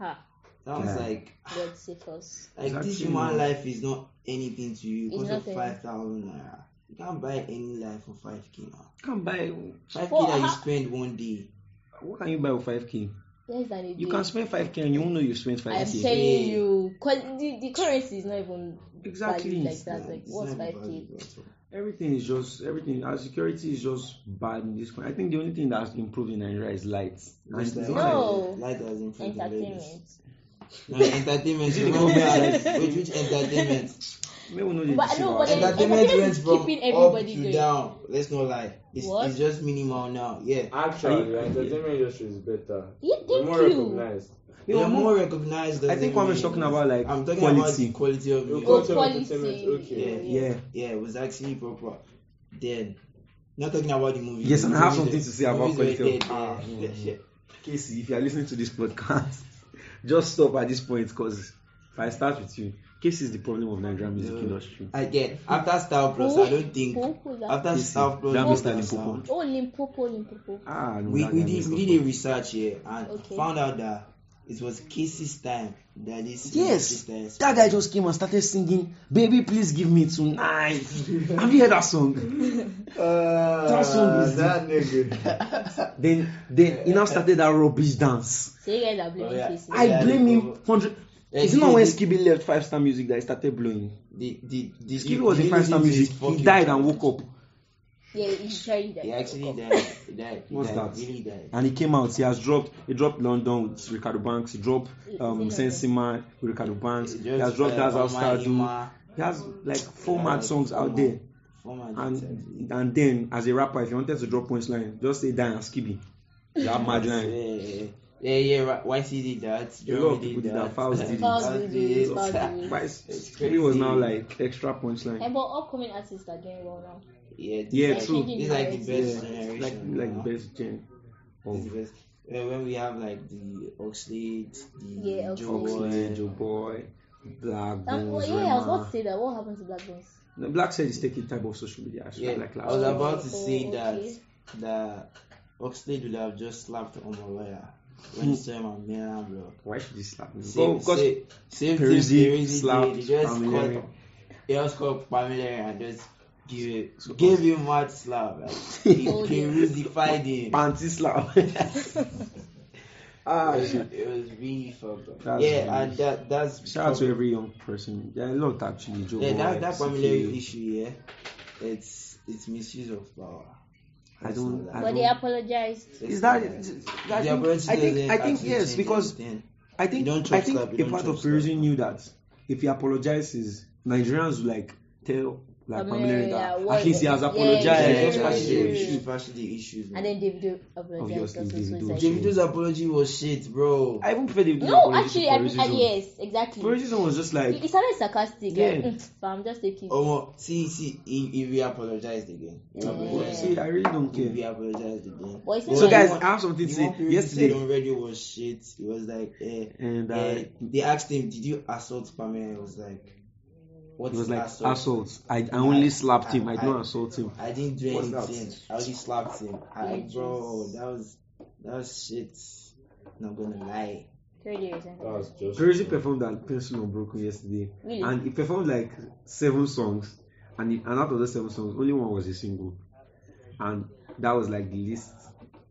[SPEAKER 2] Ha!
[SPEAKER 3] That was
[SPEAKER 1] Yeah.
[SPEAKER 3] like
[SPEAKER 2] God save us.
[SPEAKER 3] Like
[SPEAKER 1] It's
[SPEAKER 3] this
[SPEAKER 1] actually
[SPEAKER 3] human
[SPEAKER 1] not-
[SPEAKER 3] life is not anything to you
[SPEAKER 2] It's
[SPEAKER 3] because of
[SPEAKER 2] nothing.
[SPEAKER 3] five thousand naira. You can't buy any life for five k now.
[SPEAKER 1] Can buy.
[SPEAKER 3] Five k
[SPEAKER 2] Well,
[SPEAKER 3] that you
[SPEAKER 2] how-
[SPEAKER 3] spend one day.
[SPEAKER 1] What can you buy with five k?
[SPEAKER 2] Less than a
[SPEAKER 1] You
[SPEAKER 2] day.
[SPEAKER 1] can spend five k and you won't know you spent
[SPEAKER 2] I'm
[SPEAKER 1] five k.
[SPEAKER 3] saying-
[SPEAKER 2] telling you, cause the, the currency is not even
[SPEAKER 1] Exactly.
[SPEAKER 2] valued like that. Like
[SPEAKER 3] it's
[SPEAKER 2] what's
[SPEAKER 3] not
[SPEAKER 2] five k?
[SPEAKER 3] valuable at all.
[SPEAKER 1] Everything is just everything. Our security is just bad in this country. I think the only thing that's improved in Nigeria is lights. And
[SPEAKER 3] Just
[SPEAKER 1] it's
[SPEAKER 3] like-
[SPEAKER 1] not-
[SPEAKER 2] No.
[SPEAKER 3] Light has improved the levels.
[SPEAKER 2] Entertainment.
[SPEAKER 3] No, entertainment. you know, Wait, which entertainment?
[SPEAKER 1] Maybe we know the
[SPEAKER 2] But no, but
[SPEAKER 1] issue.
[SPEAKER 2] then
[SPEAKER 3] Entertainment
[SPEAKER 2] entertainment
[SPEAKER 3] went
[SPEAKER 2] is
[SPEAKER 3] from
[SPEAKER 2] keeping
[SPEAKER 3] up
[SPEAKER 2] everybody
[SPEAKER 3] to
[SPEAKER 2] going.
[SPEAKER 3] down. Let's not lie. It's,
[SPEAKER 2] What?
[SPEAKER 3] it's just minimal now. Yeah.
[SPEAKER 1] Are
[SPEAKER 4] Actually,
[SPEAKER 1] you-
[SPEAKER 4] the entertainment industry is better.
[SPEAKER 2] Yeah,
[SPEAKER 4] We're
[SPEAKER 2] thank
[SPEAKER 4] more
[SPEAKER 2] you.
[SPEAKER 4] recognized.
[SPEAKER 1] You know,
[SPEAKER 3] They're
[SPEAKER 1] mo-
[SPEAKER 3] more recognized.
[SPEAKER 1] I think
[SPEAKER 3] doesn't
[SPEAKER 1] when we're
[SPEAKER 3] mean-
[SPEAKER 1] talking about, like,
[SPEAKER 3] I'm talking
[SPEAKER 1] quality.
[SPEAKER 3] about the quality of music.
[SPEAKER 2] Oh,
[SPEAKER 4] Culture entertainment,
[SPEAKER 2] policy.
[SPEAKER 4] okay.
[SPEAKER 1] yeah.
[SPEAKER 3] Yeah, it was actually proper. Then, not talking about the movie.
[SPEAKER 1] Yes, and I have something
[SPEAKER 3] Movies were-
[SPEAKER 1] to say about
[SPEAKER 3] movies were
[SPEAKER 1] quality of-
[SPEAKER 3] dead,
[SPEAKER 1] Ah,
[SPEAKER 3] yeah.
[SPEAKER 1] yeah,
[SPEAKER 3] Yeah.
[SPEAKER 1] Casey, if you are listening to this podcast, just stop at this point because if I start with you, Casey is the problem of Nigerian music
[SPEAKER 3] Yeah.
[SPEAKER 1] industry.
[SPEAKER 3] I get after Star Plus. I don't think
[SPEAKER 2] Who- who that-
[SPEAKER 3] after
[SPEAKER 1] Listen,
[SPEAKER 3] Star Plus.
[SPEAKER 1] that
[SPEAKER 3] we
[SPEAKER 1] Mr.
[SPEAKER 3] have Star-
[SPEAKER 1] Limpopo.
[SPEAKER 2] Oh, Limpopo, Limpopo.
[SPEAKER 1] Ah, no,
[SPEAKER 3] We,
[SPEAKER 1] that
[SPEAKER 3] we
[SPEAKER 1] guy
[SPEAKER 3] did
[SPEAKER 1] messed
[SPEAKER 3] we
[SPEAKER 1] up.
[SPEAKER 3] did a research here and
[SPEAKER 2] Okay.
[SPEAKER 3] found out that it was Casey's time that this
[SPEAKER 1] Yes,
[SPEAKER 3] é
[SPEAKER 1] that guy just came and started singing "Baby, Please Give Me Tonight." Have you heard that song?
[SPEAKER 4] Uh,
[SPEAKER 1] That song is
[SPEAKER 4] that nigga.
[SPEAKER 1] Then, then he now started that rubbish dance.
[SPEAKER 2] So you guys are blaming
[SPEAKER 3] Oh, yeah.
[SPEAKER 2] cases.
[SPEAKER 1] I
[SPEAKER 3] Yeah,
[SPEAKER 1] blame him
[SPEAKER 3] Limpopo.
[SPEAKER 1] hundred.
[SPEAKER 3] Yeah,
[SPEAKER 1] Is it not
[SPEAKER 3] he-
[SPEAKER 1] when
[SPEAKER 3] he-
[SPEAKER 1] Skibby left Five Star Music that he started blowing?
[SPEAKER 3] the the the
[SPEAKER 1] Skibby was in Five Star Music. He died and woke up,
[SPEAKER 2] Yeah, you tried that.
[SPEAKER 3] He actually died. He died. He
[SPEAKER 1] What's
[SPEAKER 3] died.
[SPEAKER 1] that?
[SPEAKER 3] Really died.
[SPEAKER 1] and he came out. He has dropped. He dropped London with Ricardo Banks. He dropped
[SPEAKER 2] Is
[SPEAKER 1] um,
[SPEAKER 2] it London?
[SPEAKER 1] Sensima with Ricardo Banks. He
[SPEAKER 3] Just,
[SPEAKER 1] has dropped
[SPEAKER 3] uh,
[SPEAKER 1] That's How Star
[SPEAKER 3] Mama
[SPEAKER 1] Do.
[SPEAKER 3] Ima,
[SPEAKER 1] He has like four
[SPEAKER 3] Yeah,
[SPEAKER 1] mad
[SPEAKER 3] like
[SPEAKER 1] songs
[SPEAKER 3] four
[SPEAKER 1] out
[SPEAKER 3] mad.
[SPEAKER 1] there.
[SPEAKER 3] former detective.
[SPEAKER 1] And and then as a rapper, if you wanted to drop punchline, just say die and skibby. That mad line.
[SPEAKER 3] Yeah, yeah, eh, yeah. right. YC did that.
[SPEAKER 1] A lot of people did that. Fouls did it.
[SPEAKER 2] Fouls
[SPEAKER 3] Fouls
[SPEAKER 2] did it,
[SPEAKER 3] did
[SPEAKER 2] Fouls
[SPEAKER 3] it.
[SPEAKER 2] did it.
[SPEAKER 1] But
[SPEAKER 3] It's
[SPEAKER 1] Skibby was now
[SPEAKER 3] crazy.
[SPEAKER 1] like extra punchline.
[SPEAKER 2] And Eh, but upcoming artists are doing well now.
[SPEAKER 3] Yeah,
[SPEAKER 1] Yeah,
[SPEAKER 3] this
[SPEAKER 1] true.
[SPEAKER 3] Like, this like the best
[SPEAKER 1] Yeah,
[SPEAKER 3] generation.
[SPEAKER 1] like like
[SPEAKER 3] now.
[SPEAKER 1] best gen.
[SPEAKER 3] This is
[SPEAKER 1] Of
[SPEAKER 3] the best. Uh, when we have like the Oxlade, the
[SPEAKER 2] Yeah,
[SPEAKER 3] Joe
[SPEAKER 1] Oxlade,
[SPEAKER 3] Boy,
[SPEAKER 1] Joe oh Boy, Black
[SPEAKER 2] Um,
[SPEAKER 1] Bones,
[SPEAKER 2] yeah, I was about to
[SPEAKER 1] Rema.
[SPEAKER 2] say that. What happened to Black Bones?
[SPEAKER 1] No, Black said he's taking type of social media actually
[SPEAKER 3] Yeah,
[SPEAKER 1] like
[SPEAKER 3] I
[SPEAKER 1] last
[SPEAKER 3] was
[SPEAKER 1] year.
[SPEAKER 3] about to
[SPEAKER 2] Oh,
[SPEAKER 3] say
[SPEAKER 2] okay.
[SPEAKER 3] that that Oxlade would have just slapped on my lawyer when
[SPEAKER 1] Hmm.
[SPEAKER 3] he saw him on Milan block.
[SPEAKER 1] Why should he slap me?
[SPEAKER 3] Same,
[SPEAKER 1] Oh, because
[SPEAKER 3] same, same thing
[SPEAKER 1] Peruzzi
[SPEAKER 3] Peruzzi
[SPEAKER 1] slapped
[SPEAKER 3] did. He just
[SPEAKER 1] Pamela.
[SPEAKER 3] caught, he just caught Pamela and just give gave him mad slap. Like, he
[SPEAKER 2] Oh, dear.
[SPEAKER 3] Peruzzified him.
[SPEAKER 1] panty slap. Ah
[SPEAKER 3] It was-
[SPEAKER 1] shit.
[SPEAKER 3] it was really fucked up.
[SPEAKER 1] That's
[SPEAKER 3] yeah,
[SPEAKER 1] really-
[SPEAKER 3] and that that's
[SPEAKER 1] Shout out to every young person. There are a lot actually. Joe
[SPEAKER 3] yeah,
[SPEAKER 1] Boy,
[SPEAKER 3] that that
[SPEAKER 1] CK.
[SPEAKER 3] familiar issue. Yeah, it's it's misuse of power.
[SPEAKER 1] I don't. I
[SPEAKER 2] But
[SPEAKER 1] don't
[SPEAKER 2] they apologized.
[SPEAKER 1] Is that? I
[SPEAKER 3] The
[SPEAKER 1] think,
[SPEAKER 3] approach
[SPEAKER 1] I think,
[SPEAKER 3] doesn't
[SPEAKER 1] I think
[SPEAKER 3] actually
[SPEAKER 1] yes,
[SPEAKER 3] change
[SPEAKER 1] because
[SPEAKER 3] anything.
[SPEAKER 1] I think
[SPEAKER 3] You don't
[SPEAKER 1] I
[SPEAKER 3] trust
[SPEAKER 1] think
[SPEAKER 3] that, you
[SPEAKER 1] a
[SPEAKER 3] don't
[SPEAKER 1] part of
[SPEAKER 3] trust that.
[SPEAKER 1] Perusian knew that if he apologizes, Nigerians will like tell like
[SPEAKER 2] Pamela,
[SPEAKER 1] Pamela
[SPEAKER 2] yeah,
[SPEAKER 1] that
[SPEAKER 2] what-
[SPEAKER 1] at least he has
[SPEAKER 2] yeah,
[SPEAKER 1] apologized.
[SPEAKER 2] yeah,
[SPEAKER 3] yeah,
[SPEAKER 2] yeah,
[SPEAKER 1] Just
[SPEAKER 2] yeah,
[SPEAKER 1] pass
[SPEAKER 2] yeah,
[SPEAKER 1] it.
[SPEAKER 2] yeah.
[SPEAKER 3] issue, partially issues.
[SPEAKER 2] And then Davido apologized also.
[SPEAKER 1] Obviously,
[SPEAKER 2] So it's
[SPEAKER 1] Davido.
[SPEAKER 2] like,
[SPEAKER 3] Davido's apology was shit, bro.
[SPEAKER 1] I even prefer they do
[SPEAKER 2] no,
[SPEAKER 1] apology
[SPEAKER 2] actually,
[SPEAKER 1] to
[SPEAKER 2] I mean, uh,
[SPEAKER 1] Perusian.
[SPEAKER 2] yes, exactly.
[SPEAKER 1] Perusian was just
[SPEAKER 2] It
[SPEAKER 1] like
[SPEAKER 2] it sounded sarcastic. Yeah. Like,
[SPEAKER 1] Yeah.
[SPEAKER 2] "Mm, but I'm just taking.
[SPEAKER 3] Oh, well, see, see, he, he re-apologized again. He
[SPEAKER 2] Yeah.
[SPEAKER 1] "Well,
[SPEAKER 3] apologized.
[SPEAKER 1] see, I really don't
[SPEAKER 3] He
[SPEAKER 1] care.
[SPEAKER 3] re-apologized again.
[SPEAKER 2] But it's
[SPEAKER 3] Well,
[SPEAKER 1] So
[SPEAKER 2] like,
[SPEAKER 1] guys,
[SPEAKER 3] you want-
[SPEAKER 1] I have something to
[SPEAKER 3] The
[SPEAKER 1] say.
[SPEAKER 3] one Peruzzi said
[SPEAKER 1] Yesterday
[SPEAKER 3] on radio was shit. It was like, eh,
[SPEAKER 1] and
[SPEAKER 3] eh,
[SPEAKER 1] I.
[SPEAKER 3] they asked him, "Did you assault Pamela?" It was like, "What
[SPEAKER 1] It was
[SPEAKER 3] is
[SPEAKER 1] like
[SPEAKER 3] assault?
[SPEAKER 1] assault. I, I only slapped
[SPEAKER 3] I-
[SPEAKER 1] him. I,
[SPEAKER 3] I-
[SPEAKER 1] don't assault him.
[SPEAKER 3] I didn't do
[SPEAKER 1] What's that?
[SPEAKER 3] anything. I only slapped him. I,
[SPEAKER 2] Yeah,
[SPEAKER 3] bro, that was that was shit. Not gonna lie.
[SPEAKER 2] three days. eh? I think.
[SPEAKER 3] Oh,
[SPEAKER 4] That was just.
[SPEAKER 1] Peruzzi performed at Pencil Unbroken yesterday,
[SPEAKER 2] Really?
[SPEAKER 1] and he performed like seven songs, and, he, and out of those seven songs, only one was a single, and that was like the least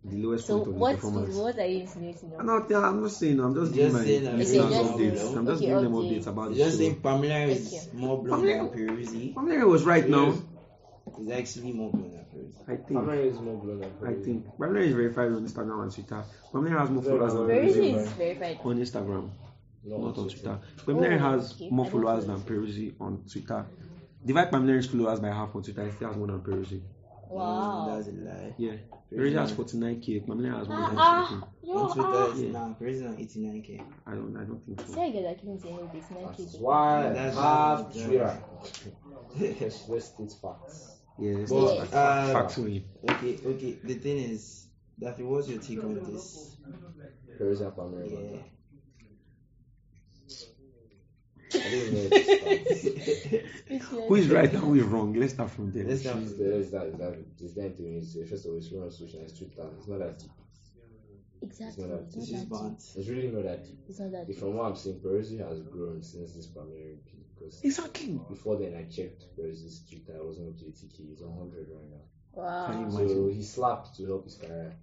[SPEAKER 1] the lowest
[SPEAKER 2] So
[SPEAKER 1] point of the
[SPEAKER 2] what
[SPEAKER 1] performance.
[SPEAKER 2] what are you insinuating?
[SPEAKER 1] I'm not, yeah, I'm not saying, I'm just
[SPEAKER 3] Just
[SPEAKER 1] giving my
[SPEAKER 3] saying that
[SPEAKER 1] listeners
[SPEAKER 2] Okay, just-
[SPEAKER 1] updates. I'm just
[SPEAKER 2] okay,
[SPEAKER 1] giving them
[SPEAKER 2] okay.
[SPEAKER 1] updates about
[SPEAKER 3] It's
[SPEAKER 1] the
[SPEAKER 3] just
[SPEAKER 1] show.
[SPEAKER 3] saying Pamela is
[SPEAKER 2] Thank
[SPEAKER 3] more blonde than
[SPEAKER 1] Pamela-
[SPEAKER 3] Peruzzi.
[SPEAKER 1] Pamela was right now.
[SPEAKER 4] Yes.
[SPEAKER 3] It's actually more blonde than Peruzzi.
[SPEAKER 1] I
[SPEAKER 4] How
[SPEAKER 1] think.
[SPEAKER 4] many is more blood than
[SPEAKER 1] I
[SPEAKER 4] Peruzzi?
[SPEAKER 1] think. Pamela is verified on Instagram and Twitter. Pamela has more followers than
[SPEAKER 4] Very
[SPEAKER 1] Peruzzi
[SPEAKER 2] Verity
[SPEAKER 4] good,
[SPEAKER 2] is verified.
[SPEAKER 1] on Instagram,
[SPEAKER 4] No,
[SPEAKER 1] not on
[SPEAKER 4] it's okay.
[SPEAKER 1] Twitter. Pamela
[SPEAKER 2] Oh,
[SPEAKER 1] has
[SPEAKER 2] okay.
[SPEAKER 1] more
[SPEAKER 2] I don't
[SPEAKER 1] followers
[SPEAKER 2] know.
[SPEAKER 1] than Peruzzi on Twitter. Divide Pamela's followers by half on Twitter, it still has more than Peruzzi.
[SPEAKER 3] Mm,
[SPEAKER 2] Wow.
[SPEAKER 3] That's a lie.
[SPEAKER 1] Yeah. Peruzzi has 49k, Pamela has more than
[SPEAKER 2] Ah, ah,
[SPEAKER 1] 50.
[SPEAKER 3] On
[SPEAKER 2] no,
[SPEAKER 3] Twitter,
[SPEAKER 2] ah.
[SPEAKER 3] it's now Peruzzi on 89k.
[SPEAKER 1] I don't, I don't think
[SPEAKER 2] See,
[SPEAKER 1] so.
[SPEAKER 2] I get that giving to this nine
[SPEAKER 4] That's
[SPEAKER 2] kids.
[SPEAKER 4] why
[SPEAKER 3] That's-
[SPEAKER 4] half
[SPEAKER 3] that's-
[SPEAKER 4] Twitter. Yes, let's state facts.
[SPEAKER 1] Yeah, it's
[SPEAKER 3] But,
[SPEAKER 1] not
[SPEAKER 3] uh,
[SPEAKER 1] facts only.
[SPEAKER 3] Okay, okay. The thing is, Daffy, what's your take on this?
[SPEAKER 4] Peruzzi and Pamela.
[SPEAKER 3] Yeah.
[SPEAKER 4] I don't know if it's facts.
[SPEAKER 1] Who is right and who is wrong? Let's start from there.
[SPEAKER 3] Let's start.
[SPEAKER 4] She's the it's that, it's that, it's them doing it. So First of all, it's not on social, it's Twitter. It's not that deep.
[SPEAKER 2] Exactly.
[SPEAKER 4] It's
[SPEAKER 2] It's
[SPEAKER 3] This is
[SPEAKER 2] not that deep.
[SPEAKER 3] bad.
[SPEAKER 4] It's really not that deep.
[SPEAKER 2] It's not that deep.
[SPEAKER 4] From what I'm seeing, Peruzzi has grown since this primary peak. Because
[SPEAKER 1] Exactly.
[SPEAKER 4] before then, I checked Peruzzi's Twitter. It wasn't up to 80k, it's 100 right now.
[SPEAKER 1] Can
[SPEAKER 2] Wow.
[SPEAKER 1] you-
[SPEAKER 4] So
[SPEAKER 1] Imagine.
[SPEAKER 4] he slapped to help his career.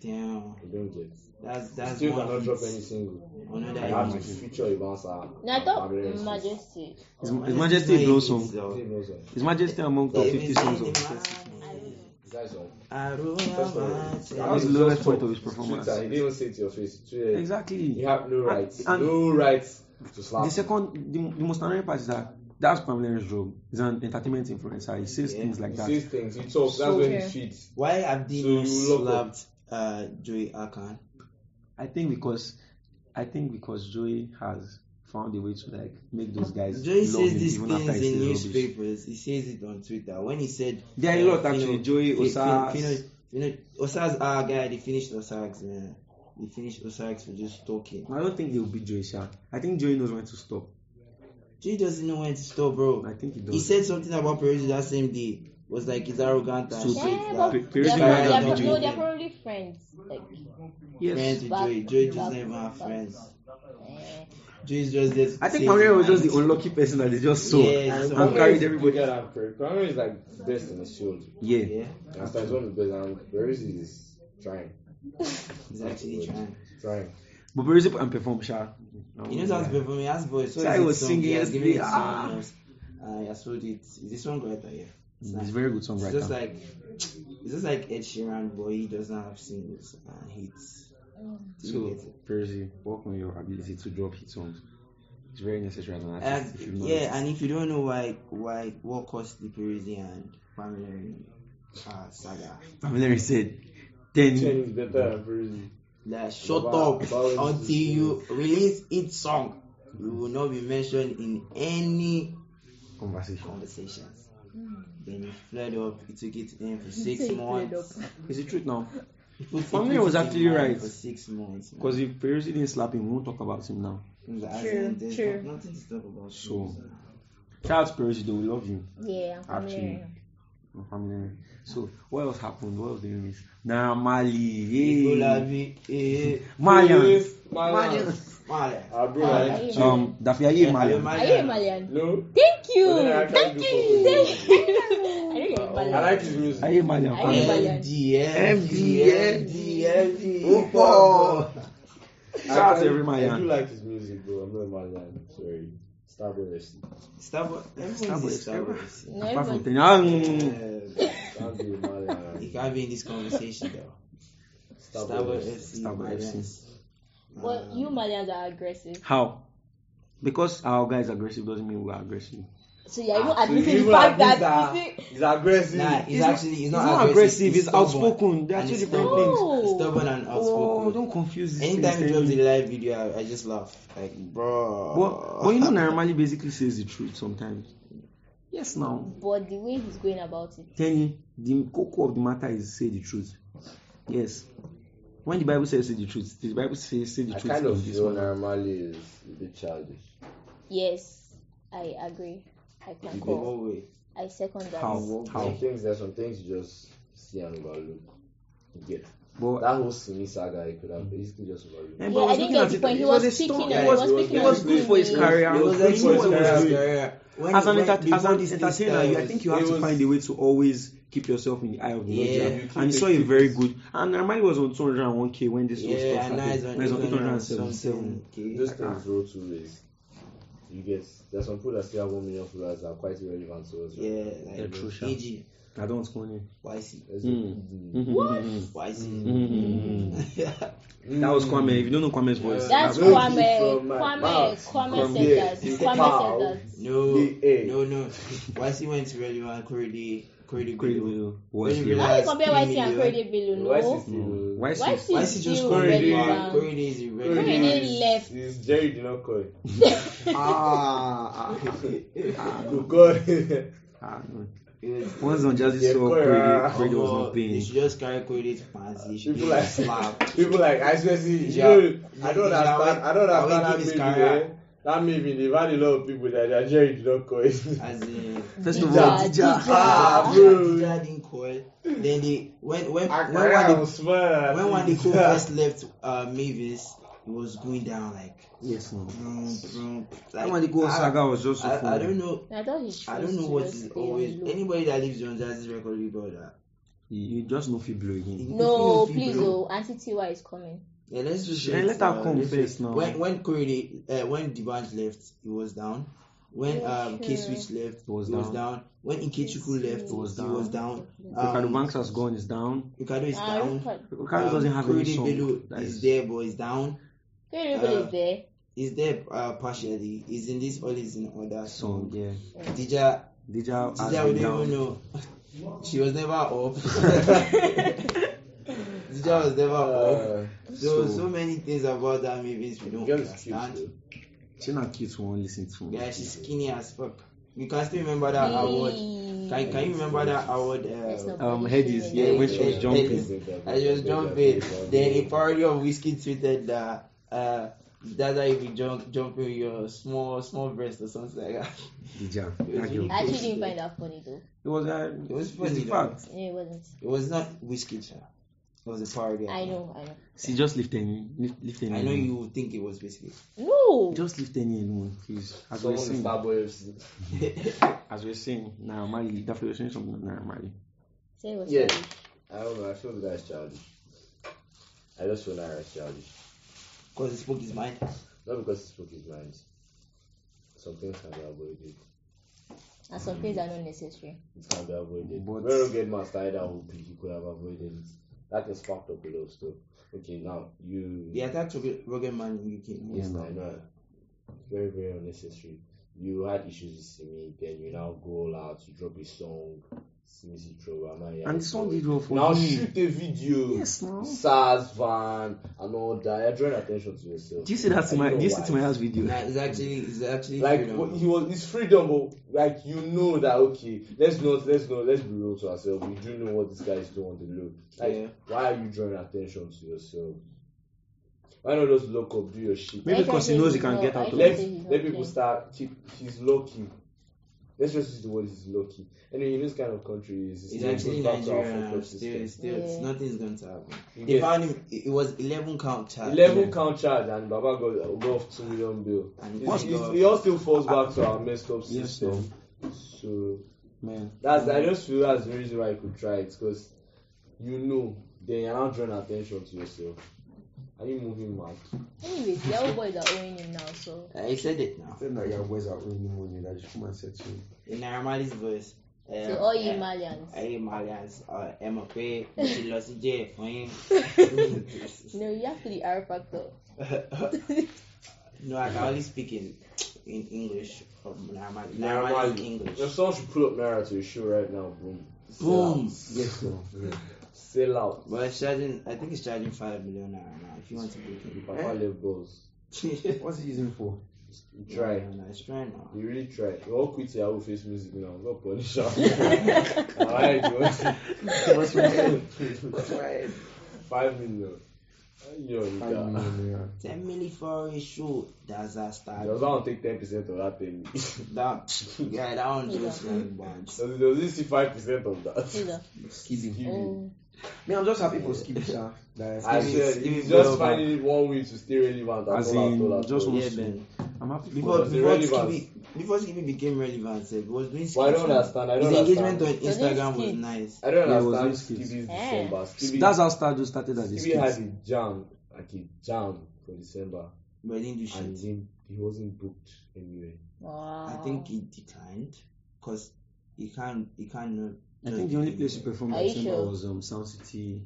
[SPEAKER 3] Damn.
[SPEAKER 4] You don't get.
[SPEAKER 3] That's
[SPEAKER 4] He
[SPEAKER 3] that's
[SPEAKER 4] still cannot
[SPEAKER 3] one
[SPEAKER 4] drop
[SPEAKER 3] hit.
[SPEAKER 4] any single.
[SPEAKER 3] Another
[SPEAKER 4] I have to
[SPEAKER 3] hit.
[SPEAKER 4] feature um, Ivansa.
[SPEAKER 2] No, I thought Majesty.
[SPEAKER 1] His, his Majesty blows some. His Majesty among top
[SPEAKER 3] It
[SPEAKER 1] 50
[SPEAKER 3] means
[SPEAKER 1] songs
[SPEAKER 3] the
[SPEAKER 1] of.
[SPEAKER 3] man
[SPEAKER 4] Guys, on
[SPEAKER 3] is
[SPEAKER 1] That was
[SPEAKER 3] Aroma
[SPEAKER 1] the
[SPEAKER 4] Just
[SPEAKER 1] lowest
[SPEAKER 4] for-
[SPEAKER 1] point of his performance.
[SPEAKER 4] Twitter, he didn't even say it to your face. Twitter,
[SPEAKER 1] Exactly.
[SPEAKER 4] You have no rights.
[SPEAKER 1] and-
[SPEAKER 4] no rights to slap.
[SPEAKER 1] The second, the, the most annoying part is that that's Pamela's job. He's an entertainment influencer. He says
[SPEAKER 3] Yeah.
[SPEAKER 1] things like
[SPEAKER 4] He
[SPEAKER 1] that.
[SPEAKER 4] says things. He talks. That's
[SPEAKER 2] So-
[SPEAKER 4] when
[SPEAKER 2] Okay.
[SPEAKER 4] he feeds.
[SPEAKER 3] Why have they
[SPEAKER 4] So you
[SPEAKER 3] not
[SPEAKER 4] lock up.
[SPEAKER 3] slapped uh, Joey Akan?
[SPEAKER 1] I think because, I think because Joey has found a way to like make those guys
[SPEAKER 3] Joey
[SPEAKER 1] love
[SPEAKER 3] says
[SPEAKER 1] him
[SPEAKER 3] these
[SPEAKER 1] even after
[SPEAKER 3] things in
[SPEAKER 1] he says rubbish.
[SPEAKER 3] newspapers. He says it on Twitter. When he said
[SPEAKER 1] There are a lot actually. Joey
[SPEAKER 3] Fin-
[SPEAKER 1] Osas.
[SPEAKER 3] Fin- Fino- Fino- Osas our guy. They finished Osas, man. They finished Osas for just talking.
[SPEAKER 1] I don't think they will beat Joey Sha. I think Joey knows when to stop.
[SPEAKER 3] Joey doesn't know when to stop, bro.
[SPEAKER 1] I think he does.
[SPEAKER 3] He said something about Peruzzi that same day. Was like he's arrogant and
[SPEAKER 1] Stupid.
[SPEAKER 3] shit.
[SPEAKER 2] Yeah,
[SPEAKER 3] that-
[SPEAKER 2] but
[SPEAKER 1] Pe-
[SPEAKER 2] they're,
[SPEAKER 1] Peruzzi
[SPEAKER 2] pro-
[SPEAKER 1] might
[SPEAKER 2] they're
[SPEAKER 1] have
[SPEAKER 2] pro-
[SPEAKER 1] been
[SPEAKER 2] no,
[SPEAKER 1] Joey.
[SPEAKER 2] they're probably friends. Like,
[SPEAKER 1] yes.
[SPEAKER 3] friends with
[SPEAKER 2] Back-
[SPEAKER 3] Joey. Joey just
[SPEAKER 2] back-
[SPEAKER 3] never have
[SPEAKER 2] back.
[SPEAKER 3] friends.
[SPEAKER 2] eh.
[SPEAKER 3] Joey's just there. to
[SPEAKER 1] I think
[SPEAKER 3] save
[SPEAKER 1] Pamela was just
[SPEAKER 3] lives.
[SPEAKER 1] the unlucky person that they just saw
[SPEAKER 3] Yes,
[SPEAKER 1] and,
[SPEAKER 3] so-
[SPEAKER 1] and carried everybody.
[SPEAKER 4] out of prayer. Kwame is like the best in the shield.
[SPEAKER 1] Yeah.
[SPEAKER 3] Yeah,
[SPEAKER 4] And so he's one of the best. And Peruzzi is trying.
[SPEAKER 3] he's actually trying.
[SPEAKER 4] Trying.
[SPEAKER 1] But Peruzzi and perform Sha.
[SPEAKER 3] He knows how to perform. He has voice. So
[SPEAKER 1] So I
[SPEAKER 3] is it
[SPEAKER 1] was
[SPEAKER 3] song?
[SPEAKER 1] singing
[SPEAKER 3] He has given
[SPEAKER 1] yesterday,
[SPEAKER 3] it to
[SPEAKER 1] ah.
[SPEAKER 3] someone else. Uh, he has sold it. He's a songwriter. Yeah, it's
[SPEAKER 1] He's a
[SPEAKER 3] nice.
[SPEAKER 1] very good
[SPEAKER 3] It's just
[SPEAKER 1] songwriter.
[SPEAKER 3] like it's just like Ed Sheeran, boy. He doesn't have singles and hits. Do you
[SPEAKER 1] So
[SPEAKER 3] get it?
[SPEAKER 1] Peruzzi, work on your ability to drop hit songs. It's very necessary as an artist.
[SPEAKER 3] And-
[SPEAKER 1] if you've not-
[SPEAKER 3] yeah, and if you don't know why why what caused the Peruzzi and family uh, saga,
[SPEAKER 1] Pamela said, then
[SPEAKER 4] is better than Peruzzi.
[SPEAKER 3] like shut up
[SPEAKER 4] About- about his
[SPEAKER 3] until you release each song. You will not be mentioned in any
[SPEAKER 1] conversation.
[SPEAKER 3] conversations.
[SPEAKER 2] Hmm.
[SPEAKER 3] Then he flared up. He took it in for
[SPEAKER 2] So
[SPEAKER 3] six
[SPEAKER 2] he played
[SPEAKER 3] months.
[SPEAKER 2] up.
[SPEAKER 1] Is it truth now?
[SPEAKER 3] He put- he
[SPEAKER 1] Family
[SPEAKER 3] put
[SPEAKER 1] was
[SPEAKER 3] it in
[SPEAKER 1] actually
[SPEAKER 3] line
[SPEAKER 1] right.
[SPEAKER 3] for six months. man.
[SPEAKER 1] Because if Peruzzi didn't slap him, we won't talk about him now.
[SPEAKER 3] As in,
[SPEAKER 2] True,
[SPEAKER 3] there's
[SPEAKER 2] true.
[SPEAKER 3] no- Nothing to talk about.
[SPEAKER 1] So- Shout out to Peruzzi, though. We love you.
[SPEAKER 2] Yeah, I'm
[SPEAKER 1] Actually.
[SPEAKER 2] familiar.
[SPEAKER 1] We're family. So what else happened? What else did we miss? Nah, Mali. Yay.
[SPEAKER 3] Olavi, eh,
[SPEAKER 1] Malian.
[SPEAKER 4] Malian.
[SPEAKER 3] Malian.
[SPEAKER 4] Our brother.
[SPEAKER 2] Malian.
[SPEAKER 4] Chill.
[SPEAKER 1] Um, Dafiaye Malian.
[SPEAKER 2] Are you a Malian?
[SPEAKER 4] No.
[SPEAKER 2] Thank you.
[SPEAKER 4] But then I actually
[SPEAKER 2] Thank
[SPEAKER 4] do
[SPEAKER 2] you.
[SPEAKER 4] follow
[SPEAKER 2] Thank you. I know you're a Malian.
[SPEAKER 4] I like his music.
[SPEAKER 1] Aye Malian.
[SPEAKER 2] Aye
[SPEAKER 1] family.
[SPEAKER 2] Malian.
[SPEAKER 3] MD,
[SPEAKER 1] MD,
[SPEAKER 3] MD, MD.
[SPEAKER 1] Opo. Shout out to
[SPEAKER 4] I-
[SPEAKER 1] every
[SPEAKER 4] I do
[SPEAKER 1] Malian.
[SPEAKER 4] like his music, bro. I'm not a Malian. Sorry. Starboy FC.
[SPEAKER 3] Starboy. Everyone's
[SPEAKER 1] Starboy,
[SPEAKER 3] Starboy.
[SPEAKER 2] No,
[SPEAKER 1] Apart from
[SPEAKER 2] everyone-
[SPEAKER 1] Tenya. Ah, mm.
[SPEAKER 3] "Oh, Yeah,
[SPEAKER 4] Can't be a Malian.
[SPEAKER 3] You can't be in this conversation though. Starboy FC.
[SPEAKER 1] Starboy
[SPEAKER 3] Malians.
[SPEAKER 1] FC.
[SPEAKER 4] Uh,
[SPEAKER 2] Well,
[SPEAKER 3] Um,
[SPEAKER 2] you Malians are aggressive.
[SPEAKER 1] How? Because our guy is aggressive doesn't mean we're aggressive.
[SPEAKER 2] So you're even
[SPEAKER 4] Ah, so
[SPEAKER 2] admitting the
[SPEAKER 4] even
[SPEAKER 2] fact
[SPEAKER 4] admit
[SPEAKER 2] that. you
[SPEAKER 4] that He's aggressive.
[SPEAKER 3] Nah, he's
[SPEAKER 1] He's not-
[SPEAKER 3] actually he's
[SPEAKER 1] He's
[SPEAKER 3] not,
[SPEAKER 1] not aggressive, he's
[SPEAKER 3] stubborn.
[SPEAKER 1] outspoken. There are
[SPEAKER 3] And
[SPEAKER 1] two
[SPEAKER 3] he's
[SPEAKER 1] different
[SPEAKER 3] stubborn.
[SPEAKER 1] things.
[SPEAKER 2] Oh.
[SPEAKER 3] Stubborn and
[SPEAKER 1] Oh,
[SPEAKER 3] outspoken.
[SPEAKER 1] don't confuse this.
[SPEAKER 3] Anytime he
[SPEAKER 1] thing.
[SPEAKER 3] drops a live video, I, I just laugh. Like, bro.
[SPEAKER 1] But, but you know, Naramali basically says the truth sometimes. Yes, now.
[SPEAKER 2] But the way he's going about it.
[SPEAKER 1] Tenny, the cocoa of the matter is say the truth. Yes. When the Bible says say the truth, the Bible says say the
[SPEAKER 4] I
[SPEAKER 1] truth.
[SPEAKER 4] kind of
[SPEAKER 1] in this
[SPEAKER 4] feel
[SPEAKER 1] matter.
[SPEAKER 4] Naramali is a bit childish.
[SPEAKER 2] Yes, I agree. I can
[SPEAKER 4] Did
[SPEAKER 3] In
[SPEAKER 2] call.
[SPEAKER 3] what way?
[SPEAKER 2] I second that.
[SPEAKER 1] How? How?
[SPEAKER 4] Some things there's some things you just see and overlook. You get.
[SPEAKER 1] But
[SPEAKER 4] That whole Simi saga, it could have basically just overlooked.
[SPEAKER 3] And
[SPEAKER 2] Yeah, I didn't get the point. He was picking on- he was picking
[SPEAKER 1] it
[SPEAKER 2] on
[SPEAKER 1] was good for his
[SPEAKER 2] Simi.
[SPEAKER 1] career.
[SPEAKER 3] It was
[SPEAKER 1] good for his career.
[SPEAKER 3] career. When
[SPEAKER 1] as an,
[SPEAKER 3] when-
[SPEAKER 1] enter- as
[SPEAKER 3] before
[SPEAKER 1] an
[SPEAKER 3] this thing
[SPEAKER 1] entertainer, you, I
[SPEAKER 3] started,
[SPEAKER 1] think you have
[SPEAKER 5] it
[SPEAKER 1] to
[SPEAKER 5] was-
[SPEAKER 1] find a way to always keep yourself in the eye of the
[SPEAKER 3] Yeah,
[SPEAKER 1] ledger.
[SPEAKER 3] you
[SPEAKER 5] keep
[SPEAKER 1] and you
[SPEAKER 5] it-
[SPEAKER 1] saw a
[SPEAKER 5] keep
[SPEAKER 1] very
[SPEAKER 5] it.
[SPEAKER 1] good. And Armani was on 201k when this whole
[SPEAKER 3] Yeah,
[SPEAKER 1] stuff
[SPEAKER 3] and now
[SPEAKER 1] happened.
[SPEAKER 3] it's on
[SPEAKER 1] Now it's on
[SPEAKER 3] 877.
[SPEAKER 1] 877.
[SPEAKER 4] Those
[SPEAKER 1] I can't.
[SPEAKER 4] things roll two ways. You get there's some people that still have one million followers that are quite relevant to us. right?
[SPEAKER 3] Yeah,
[SPEAKER 1] Yeah,
[SPEAKER 3] like
[SPEAKER 1] true, sure.
[SPEAKER 3] AG,
[SPEAKER 1] I don't want it.
[SPEAKER 3] YC,
[SPEAKER 4] There's a-
[SPEAKER 1] Mm.
[SPEAKER 4] Mm.
[SPEAKER 1] Mhm.
[SPEAKER 3] YC.
[SPEAKER 1] Mhm.
[SPEAKER 3] Yeah.
[SPEAKER 4] Mm.
[SPEAKER 1] That was Kwame. If you don't know Kwame's voice,
[SPEAKER 2] That's
[SPEAKER 4] Really
[SPEAKER 2] Kwame.
[SPEAKER 4] from my
[SPEAKER 2] Kwame.
[SPEAKER 4] mouth.
[SPEAKER 2] Kwame
[SPEAKER 4] From
[SPEAKER 2] said
[SPEAKER 4] here.
[SPEAKER 2] that.
[SPEAKER 4] Yeah.
[SPEAKER 2] Kwame said that.
[SPEAKER 3] No,
[SPEAKER 4] Yeah.
[SPEAKER 3] no, no. YC went to relevant Cordy, Cordy Green.
[SPEAKER 1] incredible. Was
[SPEAKER 3] Really
[SPEAKER 1] he?
[SPEAKER 2] Why you
[SPEAKER 3] That's
[SPEAKER 2] compare
[SPEAKER 3] three
[SPEAKER 2] YC and
[SPEAKER 3] million.
[SPEAKER 2] Credit Bill?
[SPEAKER 4] Why is it
[SPEAKER 2] No.
[SPEAKER 4] still-
[SPEAKER 1] Mm. Why is
[SPEAKER 2] Why
[SPEAKER 1] he-
[SPEAKER 2] is
[SPEAKER 3] YC just
[SPEAKER 2] still
[SPEAKER 3] Cordy.
[SPEAKER 2] relevant?
[SPEAKER 3] Cordy is
[SPEAKER 4] Corey
[SPEAKER 2] Corey
[SPEAKER 3] irrelevant.
[SPEAKER 2] didn't left.
[SPEAKER 4] It's Jerry did not call.
[SPEAKER 1] ah, ah, ah,
[SPEAKER 4] You got
[SPEAKER 1] ah, no.
[SPEAKER 3] It was-
[SPEAKER 1] Once on Jazzy
[SPEAKER 4] Yeah,
[SPEAKER 1] saw
[SPEAKER 4] Corey,
[SPEAKER 1] Brady,
[SPEAKER 4] ah,
[SPEAKER 1] Brady was
[SPEAKER 3] Omo,
[SPEAKER 1] not
[SPEAKER 3] They
[SPEAKER 1] paying.
[SPEAKER 3] should just carry Cordy to Panzi. They should give
[SPEAKER 4] People
[SPEAKER 3] him a
[SPEAKER 4] like-
[SPEAKER 3] slap.
[SPEAKER 4] people like I swear see you
[SPEAKER 3] Yeah.
[SPEAKER 4] know, I don't
[SPEAKER 3] Yeah,
[SPEAKER 4] understand I don't
[SPEAKER 3] I will
[SPEAKER 4] understand
[SPEAKER 3] give
[SPEAKER 4] that maybe
[SPEAKER 3] his career.
[SPEAKER 4] eh? that maybe they've had a lot of people that that Jerry did not call.
[SPEAKER 3] As in,
[SPEAKER 1] First of
[SPEAKER 2] Dija,
[SPEAKER 1] all, Dija.
[SPEAKER 2] Dija.
[SPEAKER 4] Ah,
[SPEAKER 3] Ah,
[SPEAKER 4] bro.
[SPEAKER 3] Dija didn't call. Then they when when when
[SPEAKER 4] Akara
[SPEAKER 3] one
[SPEAKER 4] was smart.
[SPEAKER 3] when one Nico first left uh, Mavis, it was going down like
[SPEAKER 1] Yes, no.
[SPEAKER 3] vroom, vroom, like
[SPEAKER 1] That one, the goal
[SPEAKER 3] I-
[SPEAKER 1] saga was just so
[SPEAKER 3] I, I
[SPEAKER 1] funny.
[SPEAKER 3] don't know.
[SPEAKER 2] I thought he
[SPEAKER 3] I don't know
[SPEAKER 2] chose
[SPEAKER 3] what
[SPEAKER 2] to just
[SPEAKER 3] is
[SPEAKER 2] stay
[SPEAKER 3] always
[SPEAKER 2] low.
[SPEAKER 3] anybody that lives on Jazzy's record label that.
[SPEAKER 1] You you just know if you blow again.
[SPEAKER 2] No,
[SPEAKER 3] if you- if you
[SPEAKER 2] please,
[SPEAKER 3] blow-
[SPEAKER 2] oh, Auntie Tiwa is coming.
[SPEAKER 3] Yeah, let's just uh,
[SPEAKER 1] Yeah, let her come
[SPEAKER 3] let's
[SPEAKER 1] first
[SPEAKER 3] just-
[SPEAKER 1] now.
[SPEAKER 3] When when Corey uh, when Divanj left, he was down. When
[SPEAKER 2] Yeah,
[SPEAKER 3] um
[SPEAKER 2] sure.
[SPEAKER 3] K Switch left, he was,
[SPEAKER 1] was down.
[SPEAKER 3] down. When Ikechukwu left,
[SPEAKER 2] It
[SPEAKER 3] he was
[SPEAKER 1] was
[SPEAKER 3] down. He was down.
[SPEAKER 1] Ricardo
[SPEAKER 3] Um,
[SPEAKER 1] Banks has gone, is down.
[SPEAKER 3] Ricardo is
[SPEAKER 2] Ah,
[SPEAKER 3] down.
[SPEAKER 2] Credit
[SPEAKER 1] Ricardo
[SPEAKER 3] Um,
[SPEAKER 1] doesn't have any
[SPEAKER 3] Corey Bello
[SPEAKER 1] song. That
[SPEAKER 3] is
[SPEAKER 1] is
[SPEAKER 3] there, but he's down.
[SPEAKER 2] Bill
[SPEAKER 3] Uh,
[SPEAKER 2] is there.
[SPEAKER 3] He's there uh, partially. He's in this all is in order
[SPEAKER 1] song,
[SPEAKER 3] song.
[SPEAKER 1] yeah.
[SPEAKER 3] Dija
[SPEAKER 1] Dija has
[SPEAKER 3] Dija we
[SPEAKER 1] been
[SPEAKER 3] don't even
[SPEAKER 1] down.
[SPEAKER 3] know. She was never up. Dija was never up.
[SPEAKER 4] Uh,
[SPEAKER 3] So,
[SPEAKER 1] So-
[SPEAKER 3] so many things about that Mavis we don't
[SPEAKER 4] girl is cute.
[SPEAKER 3] understand.
[SPEAKER 4] though.
[SPEAKER 1] China kids won't listen to me.
[SPEAKER 3] Yeah, she's skinny as fuck. You can still remember that award. Can, can you remember that award?
[SPEAKER 2] Let's
[SPEAKER 3] Uh,
[SPEAKER 2] not
[SPEAKER 1] Um,
[SPEAKER 2] punish
[SPEAKER 1] Hedges,
[SPEAKER 2] him
[SPEAKER 1] yeah,
[SPEAKER 2] again.
[SPEAKER 1] when she was
[SPEAKER 3] Yeah.
[SPEAKER 1] jumping.
[SPEAKER 3] I just jumped it. Then a parody of Whiskey tweeted that uh, that's how you be jump, jumping with your small small breast or something like that.
[SPEAKER 1] Dija,
[SPEAKER 3] It was
[SPEAKER 1] that girl.
[SPEAKER 2] I actually didn't find that funny though.
[SPEAKER 1] It was, uh,
[SPEAKER 3] It was
[SPEAKER 1] it's
[SPEAKER 3] funny.
[SPEAKER 1] the
[SPEAKER 3] though.
[SPEAKER 1] fact.
[SPEAKER 2] Yeah, it wasn't.
[SPEAKER 3] It was not Whiskey. sha. It was a parody.
[SPEAKER 2] I know, I know.
[SPEAKER 1] See, just leave Tenny. Leave, leave Tenny
[SPEAKER 3] I know
[SPEAKER 1] alone.
[SPEAKER 3] you would think it was Whiskey.
[SPEAKER 2] No.
[SPEAKER 1] Just leave Tenny alone, please. As we're
[SPEAKER 4] Someone in
[SPEAKER 1] saying,
[SPEAKER 4] Starboy FC.
[SPEAKER 1] as we're saying, now Mali, that we're saying something, now Mali.
[SPEAKER 2] Say it was
[SPEAKER 4] Yeah.
[SPEAKER 2] funny.
[SPEAKER 4] I don't know. I feel that it's childish. I just feel that it's childish.
[SPEAKER 3] Because he spoke his mind.
[SPEAKER 4] Not because he spoke his mind. Some things can be avoided.
[SPEAKER 2] And some things are not necessary.
[SPEAKER 4] It can be avoided.
[SPEAKER 1] But-
[SPEAKER 4] But when get man started that whole pick, he could have avoided it. That is fucked up a lot of stuff. Okay, now you.
[SPEAKER 3] They attacked Rocket, Rocket Man in UK. no?
[SPEAKER 1] Yeah,
[SPEAKER 4] I know. Very, very unnecessary. You had issues with Simi, then you now go all out, you drop a song, Simi Citro, Amaya.
[SPEAKER 1] And the song did well for
[SPEAKER 4] Now
[SPEAKER 1] me.
[SPEAKER 4] shoot a video.
[SPEAKER 1] Yes, now.
[SPEAKER 4] SARS van and all that. You're drawing attention to yourself.
[SPEAKER 1] Do you see that to
[SPEAKER 4] I
[SPEAKER 1] my,
[SPEAKER 4] don't
[SPEAKER 1] do
[SPEAKER 4] know
[SPEAKER 1] you see
[SPEAKER 4] why.
[SPEAKER 1] to my house video?
[SPEAKER 3] Nah, it's actually, it's actually.
[SPEAKER 4] Like
[SPEAKER 3] freedom.
[SPEAKER 4] what- he was, it's freedom, but like you know that okay, let's not, let's not, let's be real to ourselves. We do know what this guy is doing on the low. Like,
[SPEAKER 3] Yeah.
[SPEAKER 4] why are you drawing attention to yourself? Why not just lock up, do your shit?
[SPEAKER 1] Maybe
[SPEAKER 2] I
[SPEAKER 1] because he
[SPEAKER 2] don't
[SPEAKER 1] knows he
[SPEAKER 2] think
[SPEAKER 1] can
[SPEAKER 2] he's
[SPEAKER 1] get
[SPEAKER 2] not-
[SPEAKER 1] out of
[SPEAKER 2] I don't
[SPEAKER 4] let
[SPEAKER 1] it.
[SPEAKER 2] think he's
[SPEAKER 4] let
[SPEAKER 2] not
[SPEAKER 4] people
[SPEAKER 2] playing.
[SPEAKER 4] start keep he's lucky let's just use the word he's lucky anyway in this kind of country it's,
[SPEAKER 3] It's actually
[SPEAKER 4] back to our
[SPEAKER 3] Nigeria
[SPEAKER 4] fucked
[SPEAKER 3] now.
[SPEAKER 4] up
[SPEAKER 3] Still,
[SPEAKER 4] system.
[SPEAKER 3] still,
[SPEAKER 2] Yeah.
[SPEAKER 3] nothing's going to happen.
[SPEAKER 4] You
[SPEAKER 3] They
[SPEAKER 4] get
[SPEAKER 3] found him. It it was eleven count charge.
[SPEAKER 4] 11 count charge and baba got, got off 2 million bill
[SPEAKER 3] And
[SPEAKER 4] It's-
[SPEAKER 3] he
[SPEAKER 4] it's-
[SPEAKER 3] got-
[SPEAKER 4] it all still falls back to our messed up
[SPEAKER 1] Yes,
[SPEAKER 4] system so
[SPEAKER 1] Man,
[SPEAKER 4] that's i just feel that's the reason why i could try it because you know then you're not drawing attention to yourself are you moving mad
[SPEAKER 2] Anyways, the old boys are owing him now, so
[SPEAKER 3] Uh, he said it now.
[SPEAKER 1] said that your boys are winning money. That you come and said to me.
[SPEAKER 3] In Naramali's voice. Uh,
[SPEAKER 2] to all you
[SPEAKER 3] uh,
[SPEAKER 2] Malians.
[SPEAKER 3] Hey, Malians, uh, Emma Pay, she lost the jail for him.
[SPEAKER 2] No, you have to the R factor.
[SPEAKER 3] no, I can only speak in, in English. From Naramali. Naramali's English.
[SPEAKER 4] if someone should pull up naira to your show right now boom
[SPEAKER 3] Boom.
[SPEAKER 1] Yes, no.
[SPEAKER 4] sell out
[SPEAKER 3] But it's charging, I think it's charging 5 million naira now. If you want to break it,
[SPEAKER 1] Eh?
[SPEAKER 4] papa left balls
[SPEAKER 1] What's he using for?
[SPEAKER 4] try
[SPEAKER 3] No, no, it's try now.
[SPEAKER 4] You really try. You all quit Yahoo face music now. No punish Alright,
[SPEAKER 1] What's my head? What's my
[SPEAKER 4] bro.
[SPEAKER 1] head?
[SPEAKER 4] Five million. Yo,
[SPEAKER 1] Five
[SPEAKER 4] nigga.
[SPEAKER 1] million
[SPEAKER 3] 10 million for a show. That's a start.
[SPEAKER 4] Does that one take ten percent of that thing?
[SPEAKER 3] That yeah, that one just like bad.
[SPEAKER 4] Does, does he see five percent of that?
[SPEAKER 2] Caesar.
[SPEAKER 1] naira.
[SPEAKER 2] Oh,
[SPEAKER 1] Me, I'm just happy for Skip Sha. That
[SPEAKER 4] I
[SPEAKER 1] Skip-
[SPEAKER 4] said,
[SPEAKER 3] Skip
[SPEAKER 4] he's
[SPEAKER 3] is
[SPEAKER 4] just
[SPEAKER 3] well,
[SPEAKER 4] finding one way to stay relevant.
[SPEAKER 1] As
[SPEAKER 4] As in,
[SPEAKER 1] in,
[SPEAKER 4] told us,
[SPEAKER 1] just
[SPEAKER 4] told us.
[SPEAKER 1] wants
[SPEAKER 3] Yeah,
[SPEAKER 1] to-
[SPEAKER 3] man.
[SPEAKER 1] I'm happy for
[SPEAKER 3] Before
[SPEAKER 4] was
[SPEAKER 3] before
[SPEAKER 4] irrelevant.
[SPEAKER 3] Skippy before Skippy became relevant, sef, he was doing
[SPEAKER 4] But I don't
[SPEAKER 3] skits.
[SPEAKER 4] understand, I
[SPEAKER 3] His
[SPEAKER 4] don't
[SPEAKER 3] engagement on
[SPEAKER 4] understand.
[SPEAKER 3] Instagram was
[SPEAKER 2] Skits.
[SPEAKER 3] nice.
[SPEAKER 4] I don't
[SPEAKER 1] Yeah, it was
[SPEAKER 4] understand
[SPEAKER 1] risky.
[SPEAKER 4] Stevie's
[SPEAKER 2] Yeah.
[SPEAKER 4] December. Stevie,
[SPEAKER 1] That's how Stardew started as a
[SPEAKER 4] Stevie had
[SPEAKER 1] skit.
[SPEAKER 4] a jam, like a jam for December,
[SPEAKER 3] But I didn't do
[SPEAKER 4] and
[SPEAKER 3] shit.
[SPEAKER 4] then he wasn't booked anywhere.
[SPEAKER 2] Wow.
[SPEAKER 3] I think he declined because he can't he can't not.
[SPEAKER 1] I think the only place he performed
[SPEAKER 2] Are
[SPEAKER 1] in
[SPEAKER 2] you
[SPEAKER 1] December
[SPEAKER 2] sure?
[SPEAKER 1] was um, Sound City.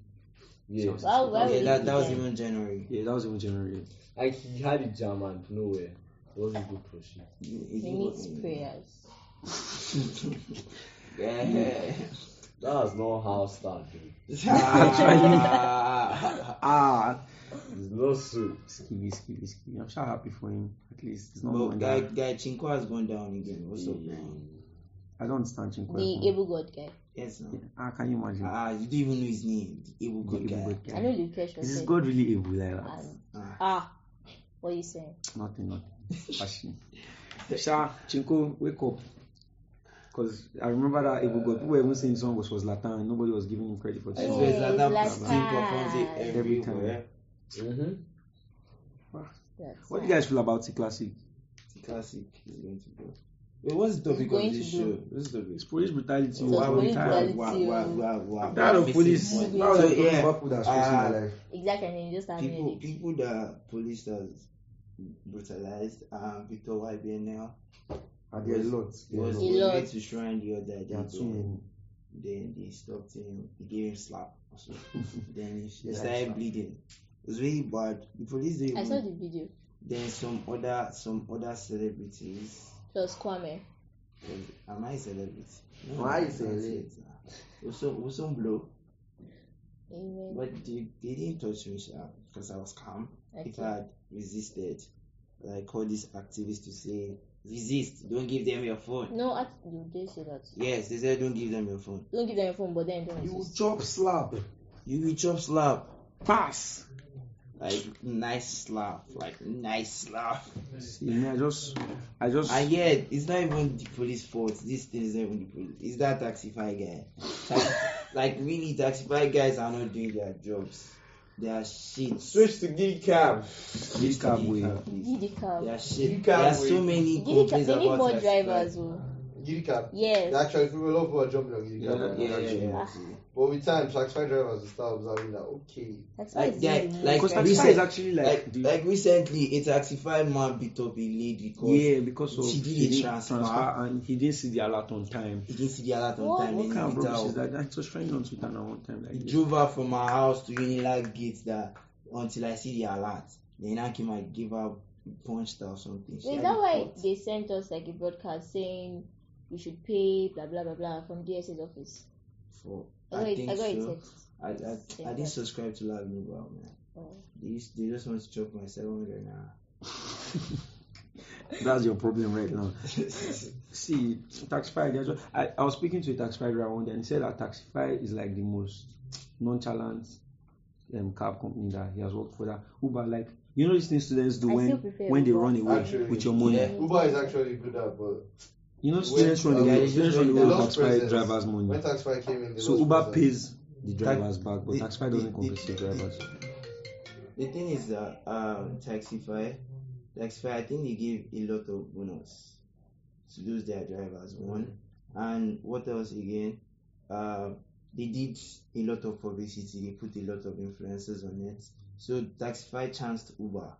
[SPEAKER 4] Yeah,
[SPEAKER 1] Sounds-
[SPEAKER 2] Wow, why would
[SPEAKER 3] Yeah,
[SPEAKER 2] he
[SPEAKER 3] that,
[SPEAKER 2] do
[SPEAKER 3] that was
[SPEAKER 2] that?
[SPEAKER 3] even January.
[SPEAKER 1] Yeah, that was even January.
[SPEAKER 4] like he had a jam and nowhere. It wasn't good for shit.
[SPEAKER 2] He needs prayers.
[SPEAKER 3] Yeah.
[SPEAKER 4] That's not how Star do. it.
[SPEAKER 3] Ah.
[SPEAKER 1] Ah,
[SPEAKER 4] It's not so.
[SPEAKER 1] Skibby, Skibby, Skibby. I'm sure happy for him. At least it's not
[SPEAKER 3] But
[SPEAKER 1] going
[SPEAKER 3] guy,
[SPEAKER 1] down.
[SPEAKER 3] guy Chinko has gone down again. What's up, man?
[SPEAKER 1] I don't understand
[SPEAKER 2] The
[SPEAKER 1] Chinko.
[SPEAKER 2] able God guy.
[SPEAKER 3] Yes, no.
[SPEAKER 1] Ah, can you imagine?
[SPEAKER 3] Ah, you don't even know his name. The evil
[SPEAKER 1] The
[SPEAKER 3] good
[SPEAKER 1] evil
[SPEAKER 3] guy.
[SPEAKER 1] good guy.
[SPEAKER 2] I know Lucretia
[SPEAKER 1] Is his
[SPEAKER 2] said
[SPEAKER 1] God really evil like that?
[SPEAKER 2] as-
[SPEAKER 3] Ah.
[SPEAKER 2] Ah, what are you saying?
[SPEAKER 1] Nothing, nothing. Passion. Sha, Chinko, wake up. Because I remember that evil God. People were even saying the song was, was Latin and nobody was giving him credit for the
[SPEAKER 3] I
[SPEAKER 1] song.
[SPEAKER 2] Yeah,
[SPEAKER 3] swear, Zlatan
[SPEAKER 2] Zlatan.
[SPEAKER 3] performs it
[SPEAKER 1] Every time.
[SPEAKER 3] everywhere.
[SPEAKER 4] Mm-hmm.
[SPEAKER 2] That's
[SPEAKER 1] What do you
[SPEAKER 2] sad.
[SPEAKER 1] guys feel about the classic?
[SPEAKER 3] Classic is going to go. Wait, what's the topic
[SPEAKER 2] going
[SPEAKER 3] of this
[SPEAKER 2] to
[SPEAKER 3] show?
[SPEAKER 2] do-
[SPEAKER 3] What's the topic?
[SPEAKER 1] It's police brutality.
[SPEAKER 3] So
[SPEAKER 1] oh,
[SPEAKER 3] why
[SPEAKER 1] I'm
[SPEAKER 3] we
[SPEAKER 1] tired.
[SPEAKER 3] tired? Why, why, why, why?
[SPEAKER 1] I'm tired of
[SPEAKER 3] Missing
[SPEAKER 1] police.
[SPEAKER 3] point.
[SPEAKER 1] Now
[SPEAKER 3] So,
[SPEAKER 1] that people
[SPEAKER 3] yeah,
[SPEAKER 1] that's stressing my
[SPEAKER 3] uh,
[SPEAKER 1] life.
[SPEAKER 2] Exactly, and you just have
[SPEAKER 3] people
[SPEAKER 2] it.
[SPEAKER 3] people that police that brutalized uh, Victor YBNL
[SPEAKER 1] And there are lots.
[SPEAKER 3] he
[SPEAKER 1] There are
[SPEAKER 3] was
[SPEAKER 1] lots.
[SPEAKER 2] A lot.
[SPEAKER 3] going to shrine the other
[SPEAKER 1] There
[SPEAKER 3] day
[SPEAKER 1] are too many.
[SPEAKER 3] then they stopped him he gave him slap also. then he
[SPEAKER 1] Yeah,
[SPEAKER 3] started
[SPEAKER 1] slap.
[SPEAKER 3] bleeding it was really bad the police didn't
[SPEAKER 2] I
[SPEAKER 3] even-
[SPEAKER 2] saw the video.
[SPEAKER 3] then some other some other celebrities
[SPEAKER 2] It was Kwame.
[SPEAKER 3] am I a celebrity no,
[SPEAKER 1] Why
[SPEAKER 3] I'm
[SPEAKER 1] you
[SPEAKER 3] not
[SPEAKER 1] celebrity?
[SPEAKER 3] yet. ah. also also blow
[SPEAKER 2] Amen.
[SPEAKER 3] But they, they didn't touch me sha, because I was calm. If I
[SPEAKER 2] Okay.
[SPEAKER 3] had resisted, like all these activists to say, resist, don't give them your phone.
[SPEAKER 2] No, I, you did say that.
[SPEAKER 3] Yes, they said don't give them your phone.
[SPEAKER 2] Don't give them your phone, but then don't
[SPEAKER 1] You
[SPEAKER 2] resist.
[SPEAKER 1] chop slap.
[SPEAKER 3] You will chop slap,
[SPEAKER 1] Pass.
[SPEAKER 3] like nice slap, like nice slap.
[SPEAKER 1] See, me, I just, I just.
[SPEAKER 3] And yet, it's not even the police fault. This thing is not even the police. It's that taxify guy. Like, like really, taxify guys are not doing their jobs. They are shit.
[SPEAKER 4] Switch to Giddy Cab.
[SPEAKER 1] This cab way.
[SPEAKER 2] Didi cab.
[SPEAKER 3] They are
[SPEAKER 5] You
[SPEAKER 3] shit.
[SPEAKER 5] can't
[SPEAKER 3] There are
[SPEAKER 5] wait.
[SPEAKER 3] so
[SPEAKER 2] Didi
[SPEAKER 3] many
[SPEAKER 2] cab.
[SPEAKER 3] complaints
[SPEAKER 2] They need
[SPEAKER 3] about
[SPEAKER 2] more
[SPEAKER 3] taxify.
[SPEAKER 2] drivers. oh.
[SPEAKER 5] Giddy cab.
[SPEAKER 2] Yes.
[SPEAKER 5] Actually, people, a lot of people are jumping on giddy
[SPEAKER 1] Yeah,
[SPEAKER 5] cab.
[SPEAKER 1] that-
[SPEAKER 5] now,
[SPEAKER 3] Yeah, yeah,
[SPEAKER 5] actually.
[SPEAKER 3] yeah.
[SPEAKER 5] But with time, Satisfy drivers will start observing that, okay,
[SPEAKER 2] That's why
[SPEAKER 3] Like,
[SPEAKER 2] it's
[SPEAKER 3] yeah,
[SPEAKER 2] easy, man.
[SPEAKER 3] like
[SPEAKER 1] Because
[SPEAKER 3] we
[SPEAKER 1] taxify is
[SPEAKER 3] said-
[SPEAKER 1] actually like,
[SPEAKER 3] Like,
[SPEAKER 1] the,
[SPEAKER 3] like recently, a taxified man beat up a lady because
[SPEAKER 1] yeah, because of
[SPEAKER 3] she did
[SPEAKER 1] he
[SPEAKER 3] a transfer.
[SPEAKER 1] and he didn't see the alert on time.
[SPEAKER 3] he didn't see the alert on
[SPEAKER 2] What?
[SPEAKER 3] time.
[SPEAKER 1] What
[SPEAKER 3] then
[SPEAKER 1] kind of
[SPEAKER 3] he beat her
[SPEAKER 1] rubbish is
[SPEAKER 3] up.
[SPEAKER 1] that? I was trending on Twitter now one time. Like,
[SPEAKER 3] He
[SPEAKER 1] this.
[SPEAKER 3] drove her from her house to Unilag gate that until I see the alert. Then I came and gave her punched her or something. She
[SPEAKER 2] Is
[SPEAKER 3] had
[SPEAKER 2] that
[SPEAKER 3] it
[SPEAKER 2] why
[SPEAKER 3] caught.
[SPEAKER 2] they sent us like a broadcast saying we should pay blah blah blah blah from DSA's office?
[SPEAKER 3] For,
[SPEAKER 2] I got,
[SPEAKER 3] I
[SPEAKER 2] it,
[SPEAKER 3] think
[SPEAKER 2] I got
[SPEAKER 3] so.
[SPEAKER 2] it text.
[SPEAKER 3] I, I,
[SPEAKER 2] Same
[SPEAKER 3] I
[SPEAKER 2] time.
[SPEAKER 3] didn't subscribe to Lag Mobile, man.
[SPEAKER 2] Oh.
[SPEAKER 3] They, used, they just want to chop my 700 now.
[SPEAKER 1] That's your problem right now. See, Taxify, there's a- I, I was speaking to a Taxify driver one day and he said that Taxify is like the most nonchalant um, cab company that he has worked for. That Uber, like, you know, these things students do
[SPEAKER 2] I
[SPEAKER 1] when,
[SPEAKER 2] still prefer
[SPEAKER 1] when they
[SPEAKER 2] Uber.
[SPEAKER 1] run away
[SPEAKER 5] Actually,
[SPEAKER 1] with your money.
[SPEAKER 2] Mm.
[SPEAKER 3] yeah.
[SPEAKER 5] Uber is actually good at, but
[SPEAKER 1] You know,
[SPEAKER 5] When-
[SPEAKER 1] students run
[SPEAKER 5] uh,
[SPEAKER 1] away,
[SPEAKER 3] they
[SPEAKER 1] students
[SPEAKER 3] just
[SPEAKER 1] run
[SPEAKER 3] run-
[SPEAKER 1] away
[SPEAKER 5] they
[SPEAKER 1] with
[SPEAKER 5] lost
[SPEAKER 1] Taxify
[SPEAKER 5] presence.
[SPEAKER 1] driver's
[SPEAKER 5] when
[SPEAKER 1] money.
[SPEAKER 5] Taxify came in, they
[SPEAKER 1] So
[SPEAKER 5] lost
[SPEAKER 1] Uber
[SPEAKER 5] presence.
[SPEAKER 1] pays the drivers back, but
[SPEAKER 3] the-
[SPEAKER 1] Taxify
[SPEAKER 3] the-
[SPEAKER 1] doesn't compensate
[SPEAKER 3] the-
[SPEAKER 1] drivers.
[SPEAKER 3] The thing is that um, Taxify, Taxify, I think they give a lot of bonus to those their drivers. One and what else again? Um, they did a lot of publicity. They put a lot of influencers on it. So Taxify chanced Uber,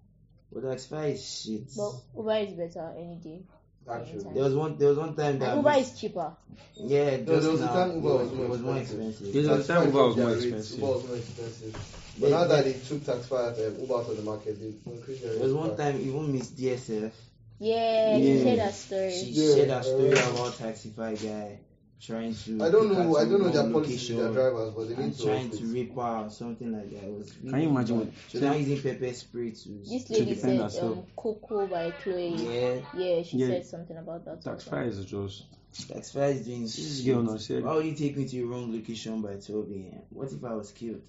[SPEAKER 3] but Taxify is shit.
[SPEAKER 2] But Uber is better any day.
[SPEAKER 5] Actually,
[SPEAKER 2] Anytime.
[SPEAKER 3] There was one. There was one time that
[SPEAKER 2] And Uber is cheaper.
[SPEAKER 3] yeah. Just
[SPEAKER 5] there was a
[SPEAKER 3] now,
[SPEAKER 5] time Uber
[SPEAKER 3] it
[SPEAKER 5] was more
[SPEAKER 3] it was more
[SPEAKER 5] expensive.
[SPEAKER 3] expensive.
[SPEAKER 1] There's a
[SPEAKER 5] Taxify
[SPEAKER 1] time Uber was
[SPEAKER 5] dropped their
[SPEAKER 1] more
[SPEAKER 5] rates,
[SPEAKER 1] expensive.
[SPEAKER 5] Uber was more expensive. But now that they took Taxify out um, Uber out of the market, they increased their
[SPEAKER 3] There was
[SPEAKER 5] rates
[SPEAKER 3] one
[SPEAKER 5] back.
[SPEAKER 3] time even Miss DSF
[SPEAKER 2] Yeah, you
[SPEAKER 1] Yeah.
[SPEAKER 2] shared that story.
[SPEAKER 3] She
[SPEAKER 5] Yeah,
[SPEAKER 3] shared her story
[SPEAKER 5] uh,
[SPEAKER 3] about Taxify guy trying to.
[SPEAKER 5] I don't
[SPEAKER 3] pick her
[SPEAKER 5] know. I
[SPEAKER 3] to
[SPEAKER 5] don't know
[SPEAKER 3] one
[SPEAKER 5] their policies with their
[SPEAKER 3] location
[SPEAKER 5] drivers, but they need
[SPEAKER 3] And
[SPEAKER 5] to.
[SPEAKER 3] trying
[SPEAKER 5] up
[SPEAKER 3] to
[SPEAKER 5] it.
[SPEAKER 3] rape her or something like that. It was really
[SPEAKER 1] Can you imagine
[SPEAKER 3] bad.
[SPEAKER 1] what-
[SPEAKER 3] So now using pepper spray to.
[SPEAKER 2] This
[SPEAKER 1] to
[SPEAKER 2] lady
[SPEAKER 1] defend
[SPEAKER 2] said
[SPEAKER 1] herself.
[SPEAKER 2] um, Coco by Chloe.
[SPEAKER 3] Yeah,
[SPEAKER 2] Yeah, she
[SPEAKER 1] Yeah.
[SPEAKER 2] said something about that. also.
[SPEAKER 1] Taxify is just.
[SPEAKER 3] Taxify is doing.
[SPEAKER 1] This
[SPEAKER 3] shit.
[SPEAKER 1] girl now said,
[SPEAKER 3] Why would you take me to the wrong location by 12 a.m.? What if I was killed?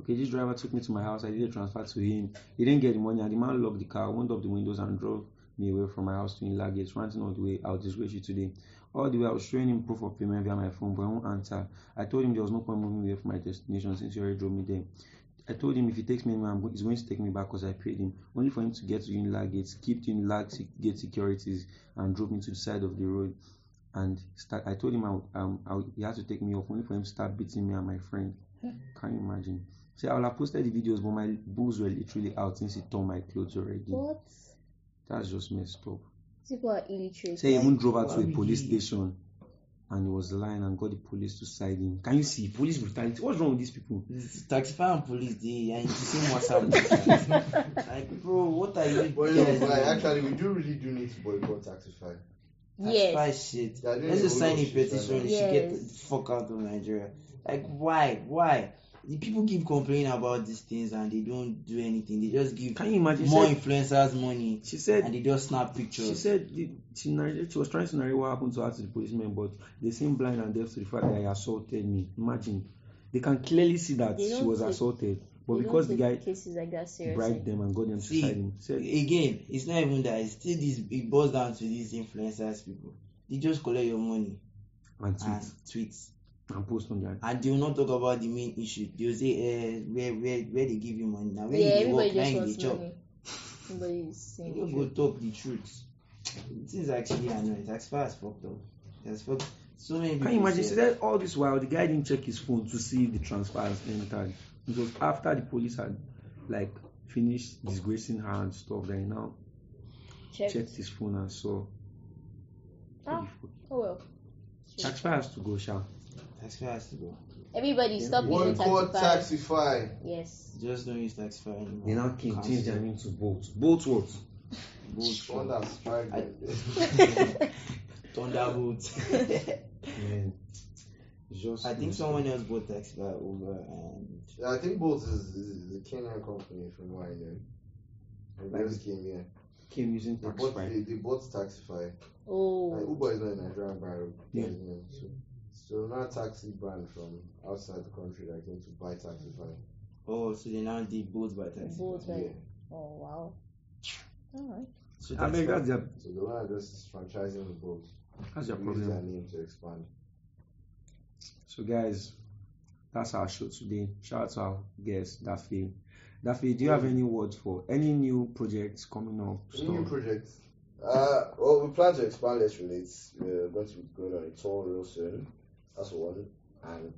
[SPEAKER 1] Okay, this driver took me to my house. I did a transfer to him. He didn't get the money, and the man locked the car, wound up the windows, and drove me away from my house to in luggage, ranting all the way. I'll disgrace you today. All the way, I was showing him proof of payment via my phone, but I won't answer. I told him there was no point moving away from my destination since he already drove me there. I told him if he takes me, anywhere, I'm go- he's going to take me back because I paid him. Only for him to get to Unilag Gate, skip to Unilag se- Gate securities, and drove me to the side of the road. And start, I told him I, would- um, I, would- he had to take me off, only for him to start beating me and my friend. Can you imagine? See, I would have posted the videos, but my boobs were literally out since he tore my clothes already.
[SPEAKER 2] What?
[SPEAKER 1] That's just messed up.
[SPEAKER 2] People are illiterate.
[SPEAKER 1] Say he even drove her to a
[SPEAKER 3] Why?
[SPEAKER 1] police station and he was lying and got the police to side him. Can you see? Police brutality. What's wrong with these people?
[SPEAKER 3] Taxify and police dey and you see WhatsApp. like bro, what are you
[SPEAKER 5] But you know,
[SPEAKER 3] guys
[SPEAKER 5] like,
[SPEAKER 3] doing?
[SPEAKER 5] actually, we do really do need to boycott Taxify.
[SPEAKER 2] Yes.
[SPEAKER 3] That's bad shit.
[SPEAKER 5] Yeah, I didn't
[SPEAKER 3] Let's just
[SPEAKER 5] know
[SPEAKER 3] sign a
[SPEAKER 5] what she
[SPEAKER 3] petition.
[SPEAKER 5] said.
[SPEAKER 3] You should get the
[SPEAKER 2] Yes.
[SPEAKER 3] fuck out of Nigeria. Like, why? Why? The people keep complaining about these things and they don't do anything. They just give
[SPEAKER 1] Can you imagine? She
[SPEAKER 3] more
[SPEAKER 1] said,
[SPEAKER 3] influencers money
[SPEAKER 1] she
[SPEAKER 3] and
[SPEAKER 1] said,
[SPEAKER 3] they just snap
[SPEAKER 1] she,
[SPEAKER 3] pictures.
[SPEAKER 1] said the, she, narr- she was trying to narrate what happened to her to the policeman, but they seem blind and deaf to the fact that he assaulted me. Imagine. They can clearly see that
[SPEAKER 2] They
[SPEAKER 1] she
[SPEAKER 2] don't
[SPEAKER 1] was
[SPEAKER 2] take-
[SPEAKER 1] assaulted,
[SPEAKER 2] They
[SPEAKER 1] but
[SPEAKER 2] don't
[SPEAKER 1] because the
[SPEAKER 2] take
[SPEAKER 1] guy
[SPEAKER 2] cases like that seriously.
[SPEAKER 1] bribed them and got them to
[SPEAKER 3] See,
[SPEAKER 1] side him, said,
[SPEAKER 3] Again, it's not even that. It's still this. It boils down to these influencers people. They just collect your money
[SPEAKER 1] and tweet
[SPEAKER 3] and tweets.
[SPEAKER 1] and post on their.
[SPEAKER 3] and they will not talk about the main issue. They will say, uh, where, where, where they give you money now. When
[SPEAKER 2] yeah,
[SPEAKER 3] they
[SPEAKER 2] everybody
[SPEAKER 3] work, now
[SPEAKER 2] just
[SPEAKER 3] in the
[SPEAKER 2] wants
[SPEAKER 3] job,
[SPEAKER 2] money. Nobody is saying
[SPEAKER 3] you
[SPEAKER 2] the
[SPEAKER 3] go
[SPEAKER 2] truth.
[SPEAKER 3] talk the truth. It is actually annoying. As far as fucked up, as fucked. So many people.
[SPEAKER 1] Can you imagine? She
[SPEAKER 3] say-
[SPEAKER 1] said all this while the guy didn't check his phone to see if the transfer has entered. It was after the police had like finished disgracing her and stuff that he now
[SPEAKER 2] Check.
[SPEAKER 1] checked his phone and saw.
[SPEAKER 2] Ah, oh well.
[SPEAKER 1] Transfer has to go, Sha.
[SPEAKER 3] As far as to go,
[SPEAKER 2] Everybody, stop using
[SPEAKER 5] Boycott
[SPEAKER 2] taxi. Tax.
[SPEAKER 5] Taxify.
[SPEAKER 2] Yes.
[SPEAKER 3] just don't use taxify anymore.
[SPEAKER 1] They now came,
[SPEAKER 3] Cancel.
[SPEAKER 1] changed their name to Bolt. Bolt what?
[SPEAKER 3] Bolt.
[SPEAKER 5] One that strike
[SPEAKER 3] I-
[SPEAKER 5] them.
[SPEAKER 3] Thunderbolt.
[SPEAKER 1] Man. It's Just
[SPEAKER 3] I think someone else bought taxify over and
[SPEAKER 5] Yeah, I think Bolt is, is a Kenyan company from what I know. And they just came here.
[SPEAKER 1] came using
[SPEAKER 5] They
[SPEAKER 1] tax
[SPEAKER 5] bought,
[SPEAKER 1] file.
[SPEAKER 5] they, they bought Taxify. Like,
[SPEAKER 2] Oh.
[SPEAKER 5] Uber is not a Nigerian brand.
[SPEAKER 1] Yeah.
[SPEAKER 5] you know, So, so now taxi brand from outside the country that came to buy Taxify.
[SPEAKER 3] oh, so they now did both by taxify.
[SPEAKER 2] Both, right?
[SPEAKER 5] Yeah.
[SPEAKER 2] Oh wow. Alright.
[SPEAKER 3] So
[SPEAKER 1] I mean, that's their,
[SPEAKER 5] So the one just franchising with Bolt.
[SPEAKER 1] that's their
[SPEAKER 5] They Use their
[SPEAKER 1] problem.
[SPEAKER 5] name to expand.
[SPEAKER 1] So, guys, that's our show today. Shout out to our guest, Daffy. Daffy, do you have any words for any new projects coming up?
[SPEAKER 5] New
[SPEAKER 1] stuff?
[SPEAKER 5] project.
[SPEAKER 6] Uh, well, we plan to expand Let's Relate. We're uh, going to be going on a tour real soon. That's one. And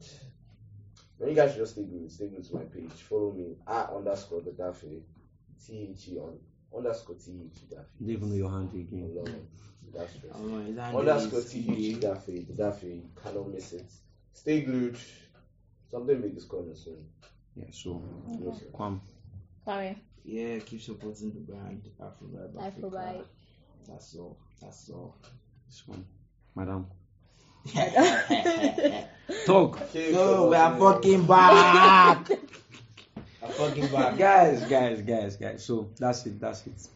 [SPEAKER 6] then you guys should just stay good. Stay good to my page. Follow me at underscore the Daffy. T H E on underscore T H E Daffy.
[SPEAKER 1] Leave him your hand
[SPEAKER 6] I
[SPEAKER 1] again.
[SPEAKER 6] love it. That's true.
[SPEAKER 3] Oh, is that
[SPEAKER 6] Underscore
[SPEAKER 3] this-
[SPEAKER 6] T H E Daffy. The Daffy. You cannot miss it. Stay glued. Something big is coming soon.
[SPEAKER 1] Yeah, so
[SPEAKER 6] Real soon.
[SPEAKER 1] come.
[SPEAKER 2] Karen,
[SPEAKER 3] Yeah, keep supporting the brand Afrovibe Africa.
[SPEAKER 2] Afrovibe.
[SPEAKER 3] That's all. That's all.
[SPEAKER 1] So, madam.
[SPEAKER 3] so
[SPEAKER 1] Talk.
[SPEAKER 6] Okay,
[SPEAKER 3] we are fucking back. I'm fucking back.
[SPEAKER 1] guys, guys, guys, guys. So, that's it. That's it.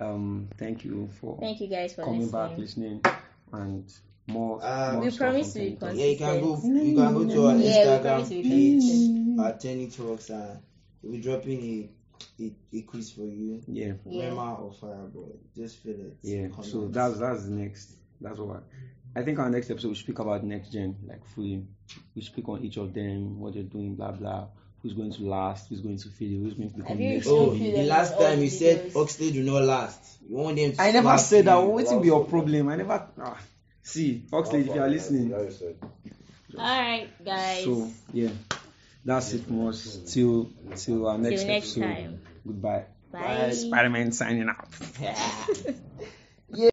[SPEAKER 1] Um, Thank you for
[SPEAKER 2] Thank you guys for
[SPEAKER 1] coming back,
[SPEAKER 2] listening.
[SPEAKER 1] listening, and more.
[SPEAKER 3] Um,
[SPEAKER 1] more
[SPEAKER 2] We
[SPEAKER 1] stuff
[SPEAKER 2] promise
[SPEAKER 1] from
[SPEAKER 2] to be
[SPEAKER 1] Tony Talk.
[SPEAKER 3] Yeah, you can go. You can go to
[SPEAKER 2] Yeah,
[SPEAKER 3] our
[SPEAKER 2] we
[SPEAKER 3] Instagram
[SPEAKER 2] promise we
[SPEAKER 3] page
[SPEAKER 2] can.
[SPEAKER 3] at Tenny Talks, and we'll be dropping a, a a quiz for you.
[SPEAKER 1] Yeah,
[SPEAKER 2] Yeah.
[SPEAKER 3] Rema or Fireboy. Just feel it.
[SPEAKER 1] yeah.
[SPEAKER 3] Comment.
[SPEAKER 1] So that's that's the next. That's what. I think our next episode we speak about next gen, like fully. We speak on each of them, what they're doing, blah blah. Who's going to last? Who's going to fail? Who's going to become
[SPEAKER 2] Have you
[SPEAKER 1] next?
[SPEAKER 3] Oh,
[SPEAKER 2] Don't feel
[SPEAKER 3] the
[SPEAKER 2] like
[SPEAKER 3] last
[SPEAKER 2] all
[SPEAKER 3] time
[SPEAKER 2] the
[SPEAKER 3] you said
[SPEAKER 2] videos.
[SPEAKER 3] Oxley do not last. You want them. To
[SPEAKER 1] I never
[SPEAKER 3] slap
[SPEAKER 1] said that.
[SPEAKER 3] you.
[SPEAKER 1] What will be your problem? I never. Ah. See, Oxley, if you are listening,
[SPEAKER 6] Love yourself.
[SPEAKER 2] Alright, guys.
[SPEAKER 1] So yeah, that's it from us. Till till our next
[SPEAKER 2] Till next
[SPEAKER 1] episode.
[SPEAKER 2] time.
[SPEAKER 1] Goodbye.
[SPEAKER 2] Bye.
[SPEAKER 1] Spider Man signing out.